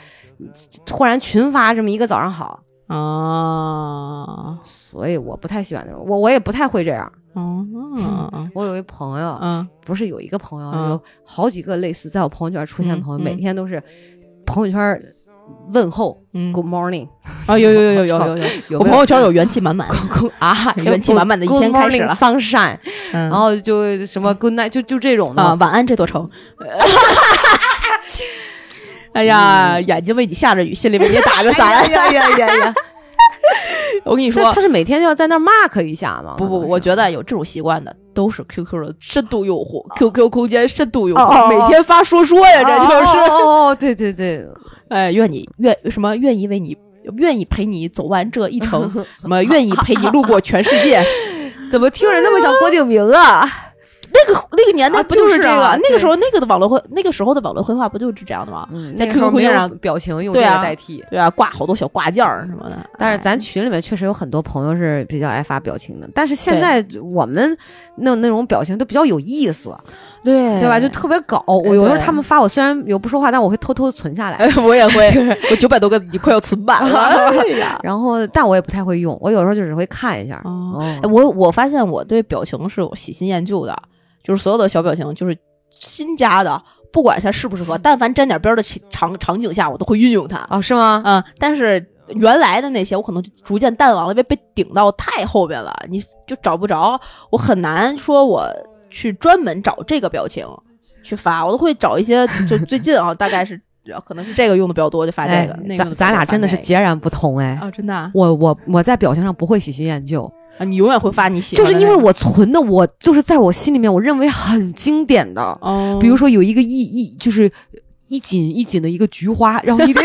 Speaker 2: 突然群发这么一个早上好，
Speaker 1: 啊，
Speaker 2: 所以我不太喜欢那种，我我也不太会这样。
Speaker 1: 哦，
Speaker 2: 我有一朋友，
Speaker 1: 嗯
Speaker 2: 不是有一个朋友，
Speaker 1: 嗯
Speaker 2: 有好几个类似在我朋友圈出现的朋友，
Speaker 1: 嗯嗯
Speaker 2: 每天都是朋友圈问候
Speaker 1: 嗯
Speaker 2: ，Good morning，
Speaker 1: 啊，有有有有有有有，
Speaker 2: 有
Speaker 1: 我
Speaker 2: 没
Speaker 1: 朋
Speaker 2: 有
Speaker 1: 友圈有元气满满，
Speaker 2: 啊，
Speaker 1: 元气满满的一天开始了
Speaker 2: s u n s h i n e
Speaker 1: 嗯
Speaker 2: 然后就什么 Good night，就就这种的
Speaker 1: 啊，晚安这 座城。哎呀，眼睛为你下着雨，心里为你打着伞。
Speaker 2: 嗯哎呀呀呀呀！
Speaker 1: 我跟你
Speaker 2: 你
Speaker 1: 说
Speaker 2: 他，是每天就要在那儿 mark 一下吗？
Speaker 1: 不不，
Speaker 2: 可能是
Speaker 1: 我觉得有这种习惯的都是 QQ 的深度用户，QQ 空间深度用
Speaker 2: 哦哦
Speaker 1: 户，
Speaker 2: 哦
Speaker 1: 每天发说说呀，这就是。
Speaker 2: 哦 哦哦，对对对，
Speaker 1: 哎，愿你愿什么愿意为你。愿意陪你走完这一 程，什么愿意陪你路过全世界？
Speaker 2: 怎么听着那么像郭敬明啊？
Speaker 1: 那个 那个年代
Speaker 2: 啊
Speaker 1: 不就是
Speaker 2: 就是
Speaker 1: 这个？
Speaker 2: 啊
Speaker 1: 那个时候那个的网络会，那个时候的网络绘画不就是这样的吗？
Speaker 2: 嗯
Speaker 1: 在
Speaker 2: 那个时候
Speaker 1: QQ 空间
Speaker 2: 没有
Speaker 1: 上
Speaker 2: 表情用这
Speaker 1: 对
Speaker 2: 个
Speaker 1: 啊
Speaker 2: 代替。
Speaker 1: 对啊，挂好多小挂件儿什么的。
Speaker 2: 但
Speaker 1: 哎
Speaker 2: 是咱群里面确实有很多朋友是比较爱发表情的，但是现在我们那那种表情都比较有意思，
Speaker 1: 对
Speaker 2: 对吧？就特别搞。我有时候
Speaker 1: 哎对
Speaker 2: 他们发我虽然有不说话，但我会偷偷地存下来。
Speaker 1: 哎， 我也会， 我九百多个，你快要存满了。 哎呀，
Speaker 2: 然后，但我也不太会用，我有时候就只会看一下。
Speaker 1: 哦
Speaker 2: 嗯
Speaker 1: 哎我我发现我对表情是有喜新厌旧的，就是所有的小表情，就是新加的，不管它适不适合，但凡沾点边儿的情场场景下，我都会运用它。
Speaker 2: 哦，是吗？
Speaker 1: 嗯，但是原来的那些，我可能就逐渐淡忘了，因为被顶到太后面了，你就找不着。我很难说我去专门找这个表情去发，我都会找一些，就最近啊，大概是可能是这个用的比较多，就发这个。那个
Speaker 2: 哎咱咱俩真的是
Speaker 1: 结
Speaker 2: 截然不同哎。
Speaker 1: 啊，真的啊，
Speaker 2: 我我我在表情上不会喜新厌旧，
Speaker 1: 啊你永远会发你喜
Speaker 2: 就
Speaker 1: 欢
Speaker 2: 是
Speaker 1: 的那
Speaker 2: 因为
Speaker 1: 个，
Speaker 2: 我存的，我就是在我心里面我认为很经典的，
Speaker 1: 哦，
Speaker 2: 比如说有一个一一就是一紧一紧的一 个菊花，然后你得。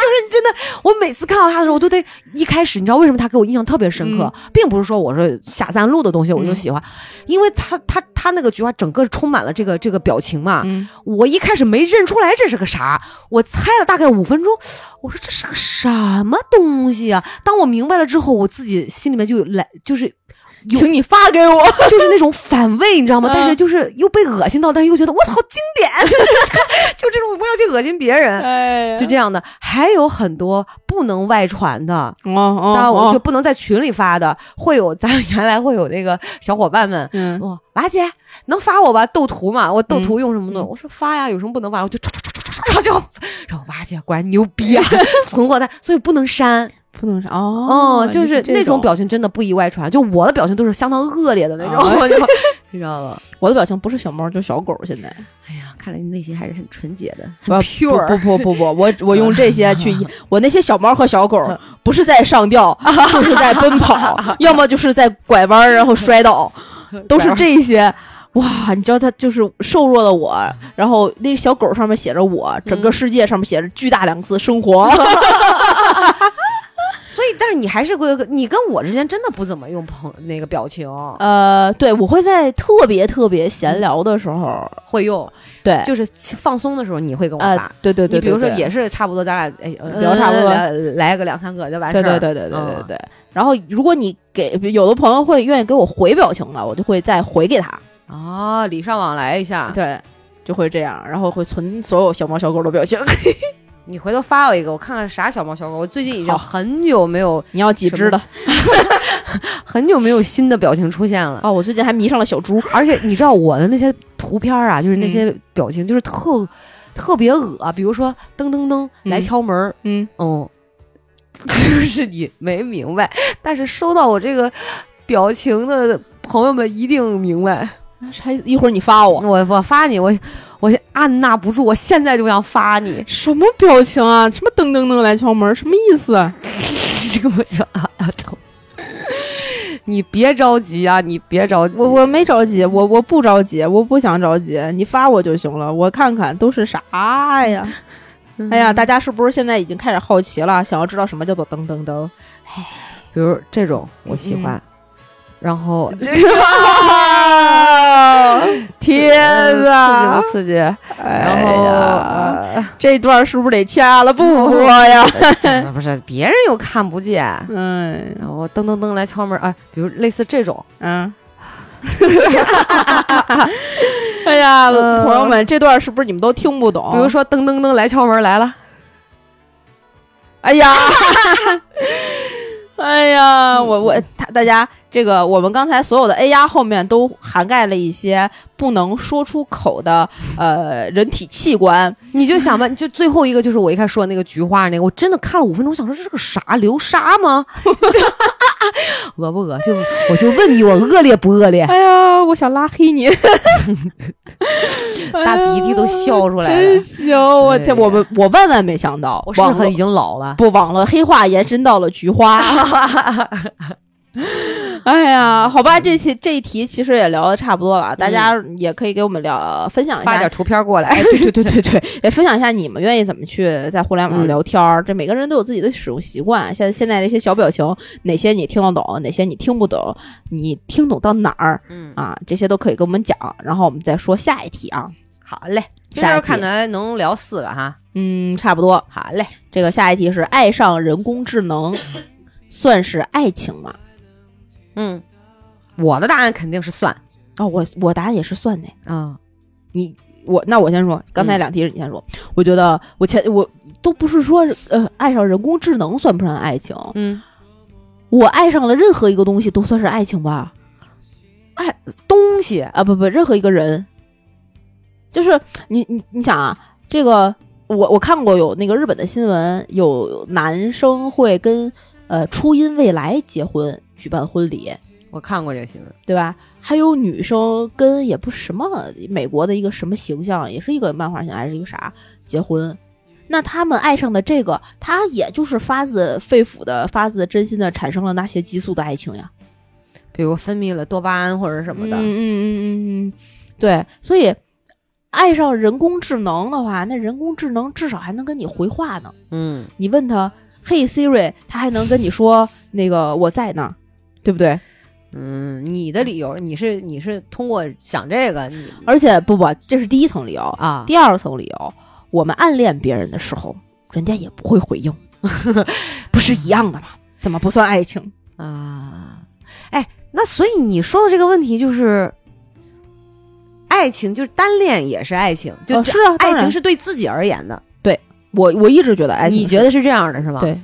Speaker 2: 就是真的，我每次看到他的时候，我都得一开始，你知道为什么他给我印象特别深刻，
Speaker 1: 嗯
Speaker 2: 并不是说我说下三路的东西我就喜欢，因为他他他那个菊花整个充满了这个这个表情嘛，
Speaker 1: 嗯，
Speaker 2: 我一开始没认出来这是个啥，我猜了大概五分钟，我说这是个什么东西啊？当我明白了之后，我自己心里面就有来 就是。有
Speaker 1: 请你发给我，
Speaker 2: 就是那种反胃，你知道吗？
Speaker 1: 嗯
Speaker 2: 但是就是又被恶心到，但是又觉得我操经 典，就是就这种不要去恶心别人，
Speaker 1: 哎
Speaker 2: 就这样的。还有很多不能外传的，
Speaker 1: 哦哦，
Speaker 2: 当然我就
Speaker 1: 哦
Speaker 2: 不能在群里发的，会有咱原来会有那个小伙伴们，
Speaker 1: 嗯，
Speaker 2: 哇，娃姐能发我吧？斗图嘛，我斗图用什么呢？
Speaker 1: 嗯
Speaker 2: 我说发呀，有什么不能发？我就唰唰唰唰唰，然后就，然后娃姐果然牛逼 啊，存货在，所以不能删。
Speaker 1: 不能是哦
Speaker 2: 哦，就是
Speaker 1: 这
Speaker 2: 那种，表情真的不宜外传，就我的表情都是相当恶劣的那种，
Speaker 1: 哦
Speaker 2: 我就你知道了。
Speaker 1: 我的表情不是小猫就是小狗，现 在
Speaker 2: 哎呀，看来你内心还是很纯洁的，
Speaker 1: 不不
Speaker 2: pure
Speaker 1: 不不不不，我我用这些 去，我那些小猫和小狗不是在上 吊，就是在奔跑，要么就是在拐弯儿然后摔 倒，都是这些。哇，你知道它就是瘦弱的我，然后那小狗上面写着我，整个世界上面写着巨大两个字生活。
Speaker 2: 所以，但是你还是会，你跟我之间真的不怎么用朋那个表情，
Speaker 1: 呃，对我会在特别特别闲聊的时候，
Speaker 2: 会用，
Speaker 1: 对，
Speaker 2: 就是放松的时候你会跟我
Speaker 1: 哎呃
Speaker 2: 发。，
Speaker 1: 对对对，
Speaker 2: 你比如说
Speaker 1: 对
Speaker 2: 也是差不多，咱俩哎
Speaker 1: 嗯
Speaker 2: 聊差不多，
Speaker 1: 聊
Speaker 2: 聊来个两三个就完事
Speaker 1: 对
Speaker 2: 儿。
Speaker 1: 对对对对对对
Speaker 2: 嗯
Speaker 1: 对。然后如果你给有的朋友会愿意给我回表情的，我就会再回给他。
Speaker 2: 哦，礼尚往来一下。
Speaker 1: 对，就会这样，然后会存所有小猫小狗的表 情。
Speaker 2: 你回头发我一个，我看看啥小猫小狗。我最近已经
Speaker 1: 好
Speaker 2: 很久没有
Speaker 1: 你要几只的？
Speaker 2: 很久没有新的表情出现了。
Speaker 1: 哦，我最近还迷上了小猪。
Speaker 2: 而且你知道我的那些图片儿啊，就是那
Speaker 1: 嗯
Speaker 2: 些表情，就是特、特别恶。啊比如说噔噔噔
Speaker 1: 嗯
Speaker 2: 来敲门儿，
Speaker 1: 嗯，
Speaker 2: 嗯， 就是你没明白，但是收到我这个表情的朋友们一定明白。
Speaker 1: 还一会儿你发我
Speaker 2: 我我发你，我我按捺不住，我现在就想发你。
Speaker 1: 什么表情啊？什么噔噔噔来敲门？什么意思？啊
Speaker 2: 我说啊啊疼！你别着急啊，你别着急。
Speaker 1: 我我没着急，我我不着急，我不想着急，你发我就行了，我看看都是啥呀？哎
Speaker 2: 嗯
Speaker 1: 呀，大家是不是现在已经开始好奇了，想要知道什么叫做噔噔噔？
Speaker 2: 比如这种我喜欢，然后呃
Speaker 1: 天哪！
Speaker 2: 刺激不刺激？
Speaker 1: 哎
Speaker 2: 然后、
Speaker 1: 呀，这段是不是得掐了不播呀？
Speaker 2: 呃 不是别人又看不见，
Speaker 1: 嗯
Speaker 2: 然后噔噔噔来敲门啊，比如类似这种，
Speaker 1: 嗯。 哎呀，
Speaker 2: 嗯
Speaker 1: 朋友们，这段是不是你们都听不懂？
Speaker 2: 比如，说噔噔噔来敲门来了，
Speaker 1: 哎呀，哎呀，我我他大家这个我们刚才所有的 A 压后面都涵盖了一些不能说出口的呃人体器官，
Speaker 2: 你就 想吧，就最后一个就是我一开始说的那个菊花那个，我真的看了五分钟，想说这是个啥流沙吗？ 恶不恶？就我就问你，我恶劣不 恶劣？
Speaker 1: 哎呀，我想拉黑你，
Speaker 2: 大鼻涕都笑出来了
Speaker 1: 哎呀真行！我天，
Speaker 2: 对
Speaker 1: 我们我万万没想到，
Speaker 2: 我是不是
Speaker 1: 网络
Speaker 2: 很已经老 了？
Speaker 1: 不网络黑化延伸到了菊花。 哎呀，好
Speaker 2: 嗯
Speaker 1: 吧，这期这一题其实也聊的差不多了，大家也可以给我们聊分享一
Speaker 2: 发
Speaker 1: 下
Speaker 2: 点。图片过来。
Speaker 1: 哎，对对对对对，也分享一下你们愿意怎么去在互联网
Speaker 2: 嗯
Speaker 1: 上聊天儿。这每个人都有自己的使用习惯，像现在这些小表情，哪些你听得懂，哪些你听不懂，你听懂到哪儿
Speaker 2: 嗯，
Speaker 1: 啊？这些都可以跟我们讲，然后我们再说下一题啊。
Speaker 2: 好嘞，今
Speaker 1: 下一
Speaker 2: 天
Speaker 1: 题
Speaker 2: 看来能聊四个哈。
Speaker 1: 嗯，差不多。
Speaker 2: 好嘞，
Speaker 1: 这个下一题是爱上人工智能，算是爱情吗？
Speaker 2: 嗯，我的答案肯定是算
Speaker 1: 啊、我我答案也是算的。
Speaker 2: 啊，
Speaker 1: 你我那我先说，刚才两题是你先说。我觉得我前我都不是说呃爱上人工智能算不上爱情，
Speaker 2: 嗯，
Speaker 1: 我爱上了任何一个东西都算是爱情吧？
Speaker 2: 东西
Speaker 1: 啊不不，任何一个人，就是你你你想啊，这个我我看过有那个日本的新闻，有男生会跟呃初音未来结婚举办婚礼，
Speaker 2: 我看过这个新闻，
Speaker 1: 对吧？还有女生跟也不什么美国的一个什么形象，也是一个漫画形象还是一个啥结婚，那他们爱上的这个，他也就是发自肺腑的、发自真心的产生了那些激素的爱情呀，
Speaker 2: 比如分泌了多巴胺或者什
Speaker 1: 什
Speaker 2: 么
Speaker 1: 么
Speaker 2: 的
Speaker 1: 的。，嗯嗯嗯，对，所以爱上人工智能的话，那人工智能至少还能跟你回话呢。
Speaker 2: 嗯，
Speaker 1: 你问他，Hey Siri，他还能跟你说那个我在那儿，对不对？
Speaker 2: 嗯，你的理由，你是你是通过想这个，你
Speaker 1: 而且不不，这是第一层理由
Speaker 2: 啊，
Speaker 1: 第二层理由，我们暗恋别人的时候，人家也不会回应， 不是一样的吗？怎么不算爱情？
Speaker 2: 啊，哎，那所以你说的这个问题就是，爱情就是单恋也是爱情，就、
Speaker 1: 呃是啊，
Speaker 2: 爱
Speaker 1: 当
Speaker 2: 情
Speaker 1: 然
Speaker 2: 是对自己而言的，
Speaker 1: 我我一直觉得爱情是，
Speaker 2: 你觉得是这样的是吗？，
Speaker 1: 对？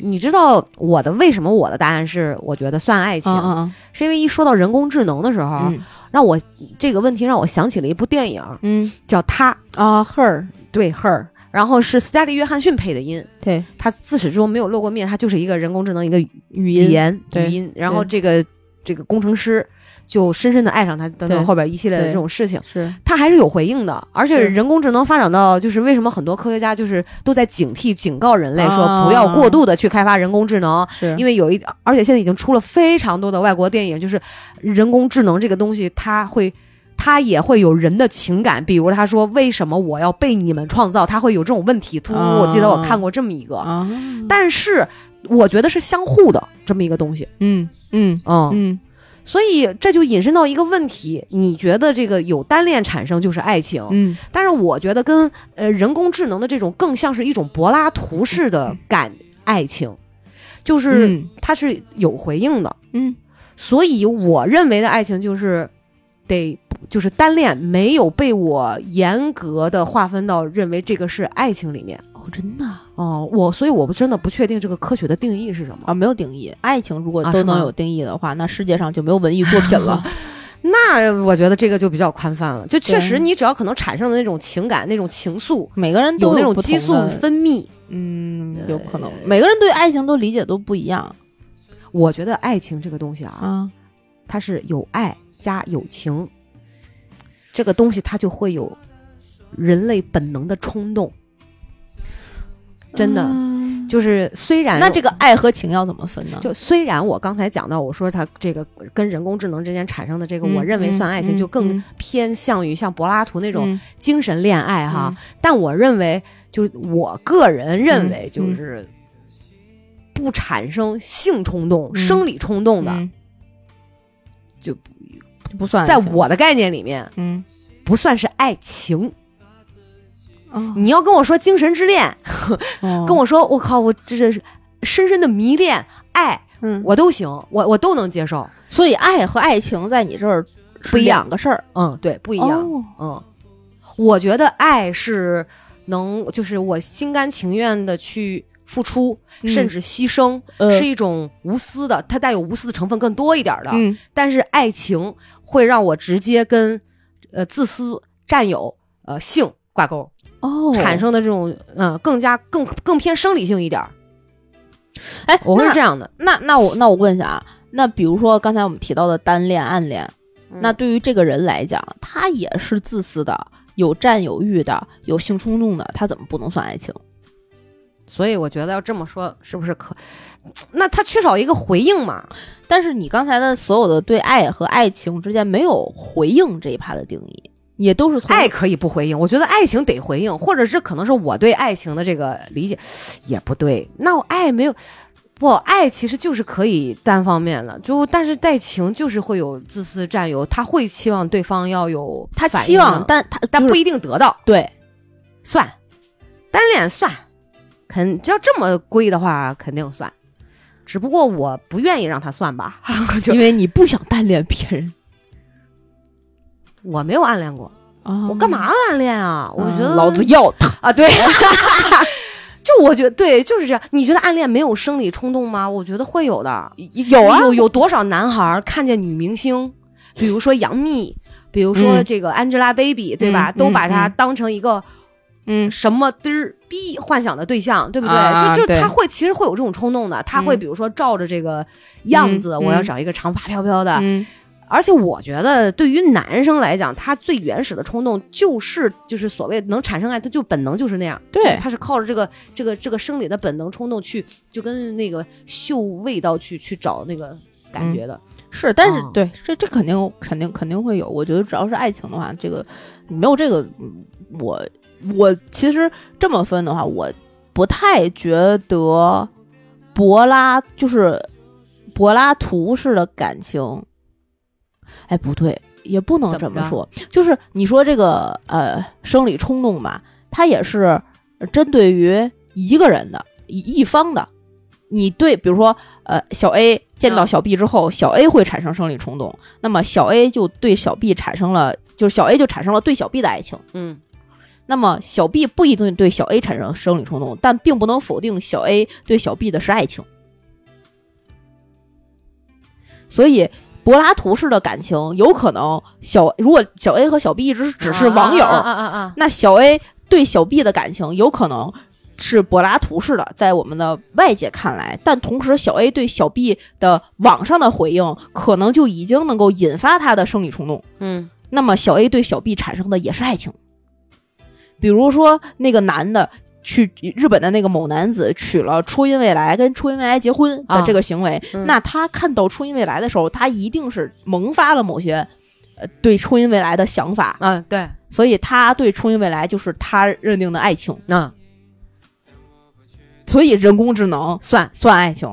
Speaker 2: 你知道我的为什么我的答案是我觉得算爱情，
Speaker 1: 嗯
Speaker 2: 是因为一说到人工智能的时候，
Speaker 1: 嗯
Speaker 2: 让我这个问题让我想起了一部电影
Speaker 1: 嗯
Speaker 2: 叫《他》，
Speaker 1: 啊，her
Speaker 2: 对，Her，然后是斯嘉丽·约翰逊配的音。
Speaker 1: 对
Speaker 2: 他自始至终没有露过面，他就是一个人工智能一个语
Speaker 1: 语
Speaker 2: 语
Speaker 1: 音，
Speaker 2: 言
Speaker 1: 对
Speaker 2: 语音，然后这个这个工程师就深深的爱上他，等
Speaker 1: 对
Speaker 2: 等后边一系列的
Speaker 1: 对
Speaker 2: 这种事情，
Speaker 1: 是
Speaker 2: 他还是有回应的。而且
Speaker 1: 是
Speaker 2: 人工智能发展到就是为什么很多科学家就是都在警惕、警告人类
Speaker 1: 啊
Speaker 2: 说不要过度的去开发人工智能，
Speaker 1: 是
Speaker 2: 因为有一而且现在已经出了非常多的外国电影，就是人工智能这个东西，它会。它也会有人的情感，比如他说为什么我要被你们创造，他会有这种问题突。我记得我看过这么一个，
Speaker 1: 啊，
Speaker 2: 但是我觉得是相互的这么一个东西，
Speaker 1: 嗯嗯
Speaker 2: 嗯
Speaker 1: 嗯，
Speaker 2: 所以这就引申到一个问题，你觉得这个有单恋产生就是爱情，
Speaker 1: 嗯
Speaker 2: 但是我觉得跟呃人工智能的这种更像是一种柏拉图式的感爱情，就是
Speaker 1: 嗯
Speaker 2: 它是有回应的，
Speaker 1: 嗯
Speaker 2: 所以我认为的爱情就是得。就是单恋没有被我严格的划分到认为这个是爱情里面
Speaker 1: 哦，真的啊
Speaker 2: 哦，我所以我不真的不确定这个科学的定义是什么。
Speaker 1: 啊，没有定义。爱情如果
Speaker 2: 啊
Speaker 1: 都
Speaker 2: 是吗
Speaker 1: 能有定义的话，那世界上就没有文艺作品 了。
Speaker 2: 那我觉得这个就比较宽泛了，就确
Speaker 1: 对
Speaker 2: 实你只要可能产生的那种情感、那种情愫，
Speaker 1: 每个人都
Speaker 2: 有那种
Speaker 1: 不
Speaker 2: 激
Speaker 1: 同
Speaker 2: 素
Speaker 1: 的
Speaker 2: 分泌，
Speaker 1: 嗯，有可能每个人对爱情都理解都不一样
Speaker 2: 我觉得爱情这个东西啊，
Speaker 1: 啊。
Speaker 2: 它是有爱加有情，这个东西它就会有人类本能的冲动，真的、就是虽然
Speaker 1: 那这个爱和情要怎么分呢？
Speaker 2: 嗯就虽然我刚才讲到，我说它这个跟人工智能之间产生的这个，
Speaker 1: 嗯
Speaker 2: 我认为算爱情，
Speaker 1: 嗯
Speaker 2: 就更
Speaker 1: 嗯
Speaker 2: 偏向于像柏拉图那
Speaker 1: 那
Speaker 2: 种精神恋
Speaker 1: 嗯
Speaker 2: 爱哈。但我认为，就是我个人
Speaker 1: 嗯
Speaker 2: 认为，就是不产生性冲动、
Speaker 1: 嗯
Speaker 2: 生理冲动的，就
Speaker 1: 不算爱
Speaker 2: 在
Speaker 1: 情。
Speaker 2: 我的概念里面，
Speaker 1: 嗯，
Speaker 2: 不算是爱情。
Speaker 1: 哦
Speaker 2: 你要跟我说精神之恋，嗯跟
Speaker 1: 我
Speaker 2: 我说我靠，我这这是深深的迷恋爱，
Speaker 1: 嗯，
Speaker 2: 我都行，我我都能接受。
Speaker 1: 所以爱和爱情在你这儿是
Speaker 2: 不一样
Speaker 1: 两个事儿，哦
Speaker 2: 嗯，对，不
Speaker 1: 不
Speaker 2: 一样。嗯，我觉得爱是能，就是我心甘情愿的去付出，
Speaker 1: 嗯
Speaker 2: 甚至牺牲，
Speaker 1: 呃
Speaker 2: 是一种无私的，它带有无私的成分更多一点儿的。
Speaker 1: 嗯
Speaker 2: 但是爱情会让我直接跟呃自私、占有、呃性挂钩，
Speaker 1: 哦
Speaker 2: 产生的这种嗯、呃更加更更偏生理性一点儿，
Speaker 1: 哎，
Speaker 2: 哦我会
Speaker 1: 那
Speaker 2: 是这样的。
Speaker 1: 那那我那我问一下啊，那比如说刚才我们提到的单恋、暗恋，那
Speaker 2: 那
Speaker 1: 对于这个人来讲，他也是自私的，有占有欲的，有性冲动的，他怎么不能算爱情？
Speaker 2: 所以我觉得要这么说，是不是可？那他缺少一个回应嘛？
Speaker 1: 但是你刚才的所有的对爱和爱情之间没有回应这一趴的定义，也都是从
Speaker 2: 爱可以不回应，我觉得爱情得回应，或者是可能是我对爱情的这个理解也不对。那我爱没有，不爱其实就是可以单方面的，就但是爱情就是会有自私占有，他会期望对方要有
Speaker 1: 他
Speaker 2: 反
Speaker 1: 期
Speaker 2: 应
Speaker 1: 望
Speaker 2: 的，
Speaker 1: 但他
Speaker 2: 但
Speaker 1: 就是
Speaker 2: 不一定得到，
Speaker 1: 对，
Speaker 2: 算单恋算，肯只要这么归的话肯定算，只不过我不愿意让他算吧， 就
Speaker 1: 因为你不想单恋别人
Speaker 2: 我没有暗恋过，
Speaker 1: 啊
Speaker 2: 我干？嘛暗恋啊？我觉得、
Speaker 1: 老子要他，
Speaker 2: 啊，对， 就我觉得对，就是这样。你觉得暗恋没有生理冲动吗？我觉得会有的。
Speaker 1: 有啊，
Speaker 2: 有有多少男孩儿看见女明星，比如说杨幂，比如说
Speaker 1: 嗯
Speaker 2: 这个 Angelababy，、对吧？
Speaker 1: 嗯
Speaker 2: 都把她
Speaker 1: 嗯
Speaker 2: 当成一个
Speaker 1: 嗯
Speaker 2: 什么嘚儿逼幻想的对象，对不对？
Speaker 1: 啊
Speaker 2: 就就
Speaker 1: 对
Speaker 2: 他会其实会有这种冲动的，他会
Speaker 1: 嗯
Speaker 2: 比如说照着这个样子，
Speaker 1: 嗯
Speaker 2: 我要
Speaker 1: 嗯
Speaker 2: 找一个长发飘飘的，
Speaker 1: 嗯
Speaker 2: 而且我觉得，对于男生来讲，他最原始的冲动就是就是所谓能产生爱，他就本能就是那样。
Speaker 1: 对
Speaker 2: 就是他是靠着这个这个这个生理的本能冲动去，就跟那个嗅味道去去找那个感觉的。
Speaker 1: 是，但是、
Speaker 2: 嗯
Speaker 1: 对这这肯定肯定肯定会有。我觉得只要是爱情的话，这个没有这个，嗯我我其实这么分的话，我不太觉得柏拉就是柏拉图式的感情。哎，不对，也不能
Speaker 2: 怎
Speaker 1: 这
Speaker 2: 么
Speaker 1: 么
Speaker 2: 着
Speaker 1: 说。就是你说这个呃生理冲动吧，它也是针对于一个人的一一方的。你对，比如说呃小 A 见到
Speaker 2: 嗯
Speaker 1: 小 B 之后，小 A 会产生生理冲动，那么小 A 就对小 B 产生了，就是小 A 就产生了对小 B 的爱情。
Speaker 2: 嗯，
Speaker 1: 那么小 B 不一定对小 A 产生生理冲动，但并不能否定小 A 对小 B 的是爱情。所以，柏拉图式的感情有可能小，如果小 A 和小 B 一直只是网友，
Speaker 2: 啊啊啊啊啊！
Speaker 1: 那小 A 对小 B 的感情有可能是柏拉图式的，在我们的外界看来，但同时小 A 对小 B 的网上的回应，可能就已经能够引发他的生理冲动。
Speaker 2: 嗯
Speaker 1: 那么小 A 对小 B 产生的也是爱情。比如说那个男的去日本的那个某男子娶了初音未来，跟初音未来结婚的
Speaker 2: 啊
Speaker 1: 这个行为，
Speaker 2: 嗯
Speaker 1: 那他看到初音未来的时候，他一定是萌发了某些。呃，对初音未来的想法，
Speaker 2: 啊，对，
Speaker 1: 所以他对初音未来就是他认定的爱情，
Speaker 2: 那、
Speaker 1: 所以人工智能
Speaker 2: 算，
Speaker 1: 算爱情，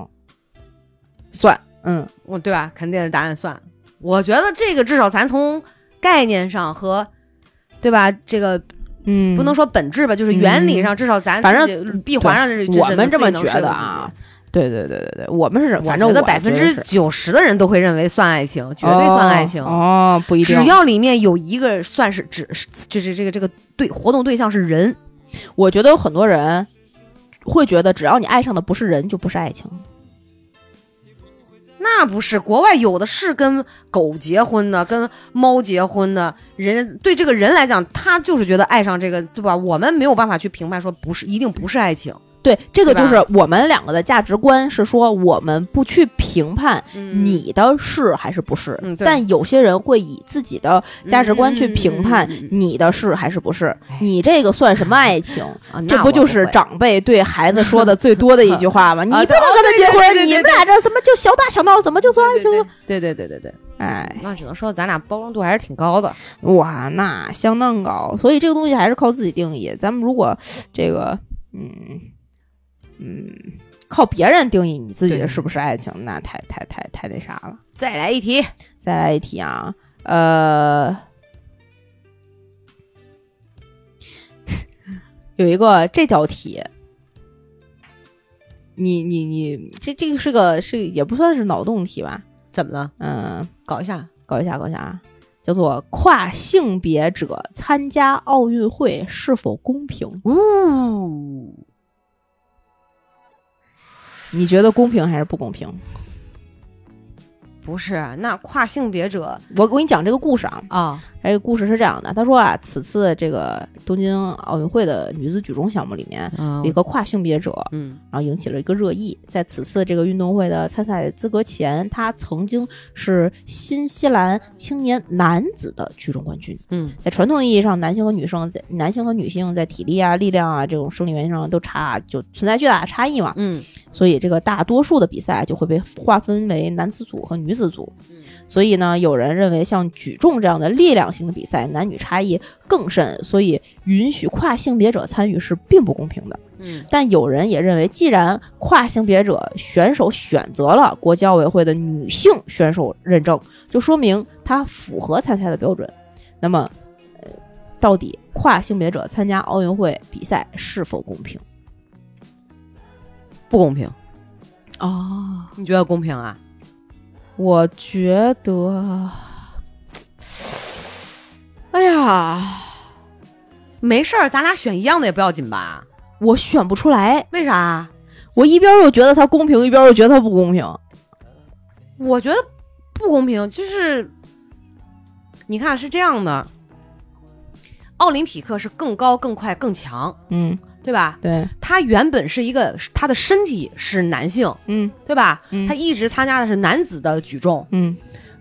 Speaker 1: 算，嗯，
Speaker 2: 我对吧？肯定是答案算。我觉得这个至少咱从概念上和，对吧？这个
Speaker 1: 嗯
Speaker 2: 不能说本质吧，就是原理上，至少咱
Speaker 1: 反正
Speaker 2: 自己闭环上这
Speaker 1: 我们这么觉得啊，对对对对对，我们是，
Speaker 2: 反
Speaker 1: 反
Speaker 2: 正
Speaker 1: 正
Speaker 2: 我觉
Speaker 1: 我
Speaker 2: 得百分
Speaker 1: 觉得
Speaker 2: 之
Speaker 1: 是
Speaker 2: 九十的人都会认为算爱情，绝对算爱情。
Speaker 1: 哦，哦不一定。
Speaker 2: 只要里面有一个算是只是就是这个这个对活动对象是人，
Speaker 1: 我觉得有很多人会觉得，只要你爱上的不是人，就不是爱情。
Speaker 2: 那不是国外有的是跟狗结婚的，跟猫结婚的人，对这个人来讲，他就是觉得爱上这个，对吧？我们没有办法去评判说不是一定不是爱情。
Speaker 1: 对，这个
Speaker 2: 对
Speaker 1: 就
Speaker 2: 吧
Speaker 1: 是我们两个的价值观是说，我们不去评判
Speaker 2: 嗯
Speaker 1: 你的是还是不是，
Speaker 2: 嗯对
Speaker 1: 但有些人会以自己的价值观去评判
Speaker 2: 嗯嗯嗯嗯嗯
Speaker 1: 你的是还是不是，
Speaker 2: 哎
Speaker 1: 你这个算什么爱情？
Speaker 2: 啊
Speaker 1: 这
Speaker 2: 那
Speaker 1: 不
Speaker 2: 我
Speaker 1: 就
Speaker 2: 不
Speaker 1: 是
Speaker 2: 会
Speaker 1: 长辈对孩子说的最多的一句话吗？ 你不能跟他结
Speaker 2: 对对
Speaker 1: 婚，
Speaker 2: 对
Speaker 1: 你
Speaker 2: 对
Speaker 1: 们俩这什么就小打小闹，怎么就算爱情了？？
Speaker 2: 对对对对对，
Speaker 1: 哎，
Speaker 2: 那只能说咱俩包容度还是挺高的。
Speaker 1: 哇，那相当高，所以这个东西还是靠自己定义。咱们如果这个，嗯嗯，靠别人定义你自己的
Speaker 2: 对
Speaker 1: 是不是爱情，那太太太太那啥了。
Speaker 2: 再来一题，
Speaker 1: 再来一题啊，呃， 有一个这道题，你你你，这这个是个是也不算是脑洞题吧？
Speaker 2: 怎么了？
Speaker 1: 嗯，
Speaker 2: 搞一下，
Speaker 1: 搞一下，搞一下啊，叫做跨性别者参加奥运会是否公平？
Speaker 2: 呜，
Speaker 1: 你觉得公平还是不公平？
Speaker 2: 不是，那跨性别者
Speaker 1: 我我给你讲这个故事啊，
Speaker 2: 啊，
Speaker 1: 这个故事是这样的，他说啊，此次这个东京奥运会的女子举重项目里面有一个跨性别者，
Speaker 2: 嗯
Speaker 1: 然后引起了一个热议。在此次这个运动会的参赛资格前，他曾经是新西兰青年男子的举重冠军。
Speaker 2: 嗯
Speaker 1: 在传统意义上，男性和女生在男性和女性在体力啊、力量啊这种生理原因上都差，就存在巨大的差异嘛。
Speaker 2: 嗯
Speaker 1: 所以这个大多数的比赛就会被划分为男子组和女子组。
Speaker 2: 嗯
Speaker 1: 所以呢，有人认为像举重这样的力量型的比赛，男女差异更甚，所以允许跨性别者参与是并不公平的。
Speaker 2: 嗯
Speaker 1: 但有人也认为，既然跨性别者选手选择了国际奥委会的女性选手认证，就说明他符合参赛的标准。那么，呃，到底跨性别者参加奥运会比赛是否公平？
Speaker 2: 不公平，
Speaker 1: 哦，
Speaker 2: 你觉得公平啊？
Speaker 1: 我觉得，哎呀，
Speaker 2: 没事儿，咱俩选一样的也不要紧吧？
Speaker 1: 我选不出来，
Speaker 2: 为啥？
Speaker 1: 我一边又觉得它公平，一边又觉得它不公平。
Speaker 2: 我觉得不公平，就是你看是这样的，奥林匹克是更高、更快、更强，
Speaker 1: 嗯，
Speaker 2: 对吧？
Speaker 1: 对，
Speaker 2: 他原本是一个，他的身体是男性，
Speaker 1: 嗯
Speaker 2: 对吧？
Speaker 1: 嗯
Speaker 2: 他一直参加的是男子的举重，
Speaker 1: 嗯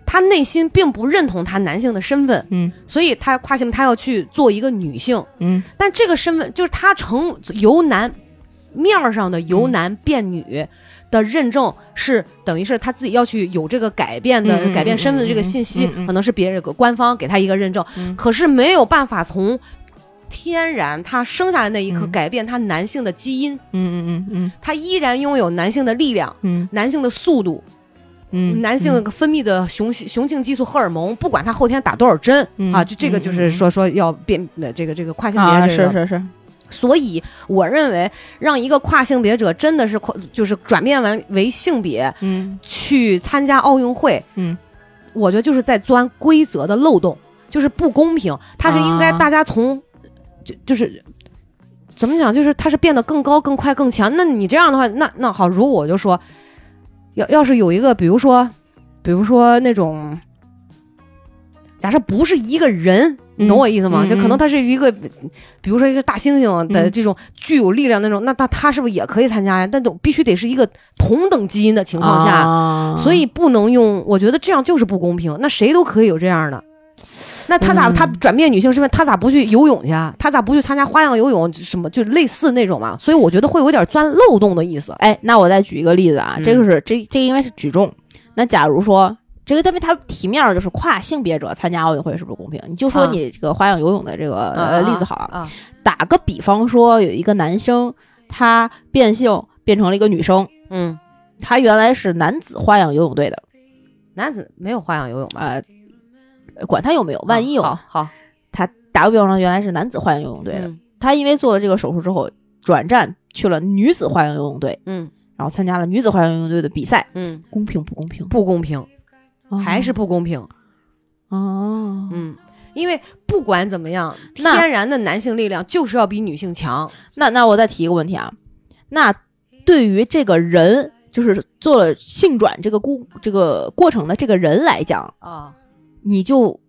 Speaker 2: 他内心并不认同他男性的身份，
Speaker 1: 嗯
Speaker 2: 所以他跨性，他要去做一个女性。
Speaker 1: 嗯
Speaker 2: 但这个身份就是他成由男面儿上的由男变女的认证是等于是他自己要去有这个改变的、
Speaker 1: 嗯嗯
Speaker 2: 改变身份的这个信息，
Speaker 1: 嗯嗯嗯嗯
Speaker 2: 可能是别人官方给他一个认证，
Speaker 1: 嗯
Speaker 2: 可是没有办法从天然他生下来那一刻
Speaker 1: 嗯
Speaker 2: 改变他男性的基因，
Speaker 1: 嗯嗯嗯
Speaker 2: 他依然拥有男性的力量。
Speaker 1: 嗯
Speaker 2: 男性的速度，
Speaker 1: 嗯，
Speaker 2: 男性分泌的雄雄性激素荷尔蒙，不管他后天打多少针、
Speaker 1: 嗯
Speaker 2: 啊，就这个就是说说要变呃这个这个跨性别、
Speaker 1: 啊，
Speaker 2: 这个
Speaker 1: 是是是，
Speaker 2: 所以，我认为让一个跨性别者真的是跨，就是转变完为性别
Speaker 1: 嗯
Speaker 2: 去参加奥运会，
Speaker 1: 嗯，
Speaker 2: 我觉得就是在钻规则的漏洞，就是不公平。它是应该
Speaker 1: 啊
Speaker 2: 大家从，就就是怎么讲，就是它是变得更高、更快、更强。那你这样的话，那那好，如果我就说，要要是有一个，比如说，比如说那种。假设不是一个人，你懂
Speaker 1: 嗯
Speaker 2: 我意思吗？
Speaker 1: 嗯
Speaker 2: 就可能
Speaker 1: 嗯
Speaker 2: 他是一个比如说一个大猩猩的
Speaker 1: 嗯
Speaker 2: 这种具有力量那种，那他他是不是也可以参加呀？但都必须得是一个同等基因的情况下，
Speaker 1: 啊
Speaker 2: 所以不能用。我觉得这样就是不公平。那谁都可以有这样的。那他咋、
Speaker 1: 嗯
Speaker 2: 他转变女性身份，他咋不去游泳去啊？他咋不去参加花样游泳什么就类似那种嘛？所以我觉得会有点钻漏洞的意思。
Speaker 1: 哎，那我再举一个例子啊，
Speaker 2: 嗯
Speaker 1: 这个是这这个因为是举重，那假如说。这个，因为它题面儿就是跨性别者参加奥运会是不是公平？你就说
Speaker 2: 啊
Speaker 1: 你这个花样游泳的这个、呃例子好了，
Speaker 2: 啊，
Speaker 1: 打个比方说，有一个男生他变性变成了一个女生，
Speaker 2: 嗯，
Speaker 1: 他原来是男子花样游泳队的，
Speaker 2: 男子没有花样游泳吧？
Speaker 1: 呃，管他有没有，万一有，
Speaker 2: 哦好好
Speaker 1: 他打个比方说原来是男子花样游泳队的，
Speaker 2: 嗯
Speaker 1: 他因为做了这个手术之后，转战去了女子花样游泳队，
Speaker 2: 嗯
Speaker 1: 然后参加了女子花样游泳队的比赛，
Speaker 2: 嗯，
Speaker 1: 公平不公平？
Speaker 2: 不公平，还是
Speaker 1: 不
Speaker 2: 不公平。
Speaker 1: 哦，
Speaker 2: 嗯，因为不管怎么样，
Speaker 1: 那
Speaker 2: 天然的男性力量就是要比女性强。
Speaker 1: 那那我再提一个问题啊，那对于这个人，就是做了性转这个过这个过程的这个人来讲，
Speaker 2: 啊，
Speaker 1: 你就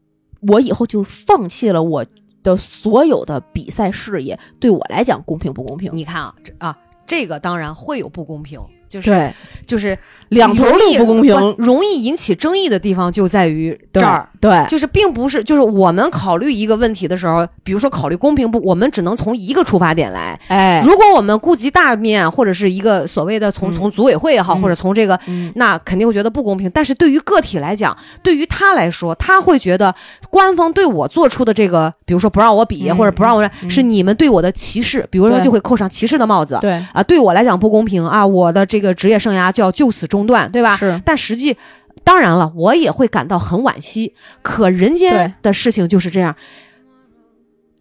Speaker 1: 我以后就放弃了我的所有的比赛事业，对我来讲公平不公平？
Speaker 2: 你看啊，这啊，这个当然会有不公平，就是
Speaker 1: 对，
Speaker 2: 就是
Speaker 1: 两头
Speaker 2: 容易
Speaker 1: 都不公平，
Speaker 2: 容易引起争议的地方就在于这儿。
Speaker 1: 对，对
Speaker 2: 就是并不是，就是我们考虑一个问题的时候，比如说考虑公平不，我们只能从一个出发点来。
Speaker 1: 哎，
Speaker 2: 如果我们顾及大面，或者是一个所谓的从
Speaker 1: 嗯
Speaker 2: 从组委会也好，
Speaker 1: 嗯
Speaker 2: 或者从这个
Speaker 1: 嗯
Speaker 2: 那肯定会觉得不公平。但是对于个体来讲，对于他来说，他会觉得官方对我做出的这个，比如说不让我比，
Speaker 1: 嗯
Speaker 2: 或者不让我让，
Speaker 1: 嗯
Speaker 2: 是你们对我的歧视，比如说
Speaker 1: 对
Speaker 2: 就会扣上歧视的帽子。
Speaker 1: 对，
Speaker 2: 啊，对我来讲不公平啊，我的这个职业生涯就要就此中断，对吧？
Speaker 1: 是，
Speaker 2: 但实际，当然了，我也会感到很惋惜。可人间
Speaker 1: 对
Speaker 2: 的事情就是这样。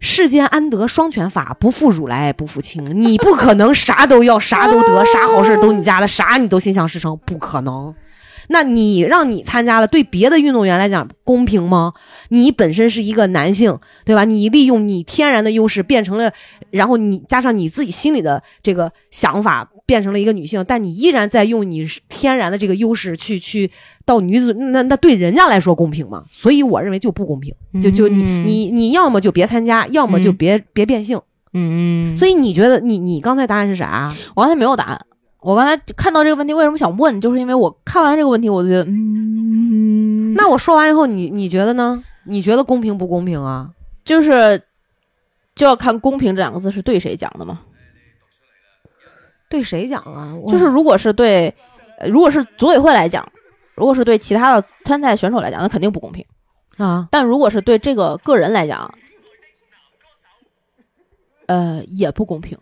Speaker 2: 世间安得双全法，不负乳来不负卿。你不可能啥都要，啥都得，啥好事都你家的，啥你都心想事成，不可能。那你让你参加了，对别的运动员来讲公平吗？你本身是一个男性，对吧？你利用你天然的优势变成了，然后你加上你自己心里的这个想法，变成了一个女性，但你依然在用你天然的这个优势去去到女子，那那对人家来说公平吗？所以我认为就不公平，就就你
Speaker 1: 嗯
Speaker 2: 你你要么就别参加，要么就
Speaker 1: 嗯
Speaker 2: 别、别变性。
Speaker 1: 嗯嗯，
Speaker 2: 所以你觉得你你刚才答案是啥？啊
Speaker 1: 我刚才没有答案。我刚才看到这个问题，为什么想问，就是因为我看完这个问题，我就觉得，嗯，
Speaker 2: 那我说完以后，你你觉得呢？你觉得公平不公平啊？
Speaker 1: 就是就要看“公平”这两个字是对谁讲的嘛。
Speaker 2: 对谁讲啊？我
Speaker 1: 就是如果是对，呃如果是组委会来讲，如果是对其他的参赛选手来讲，那肯定不公平。
Speaker 2: 啊，
Speaker 1: 但如果是对这个个人来讲，呃，也不公平，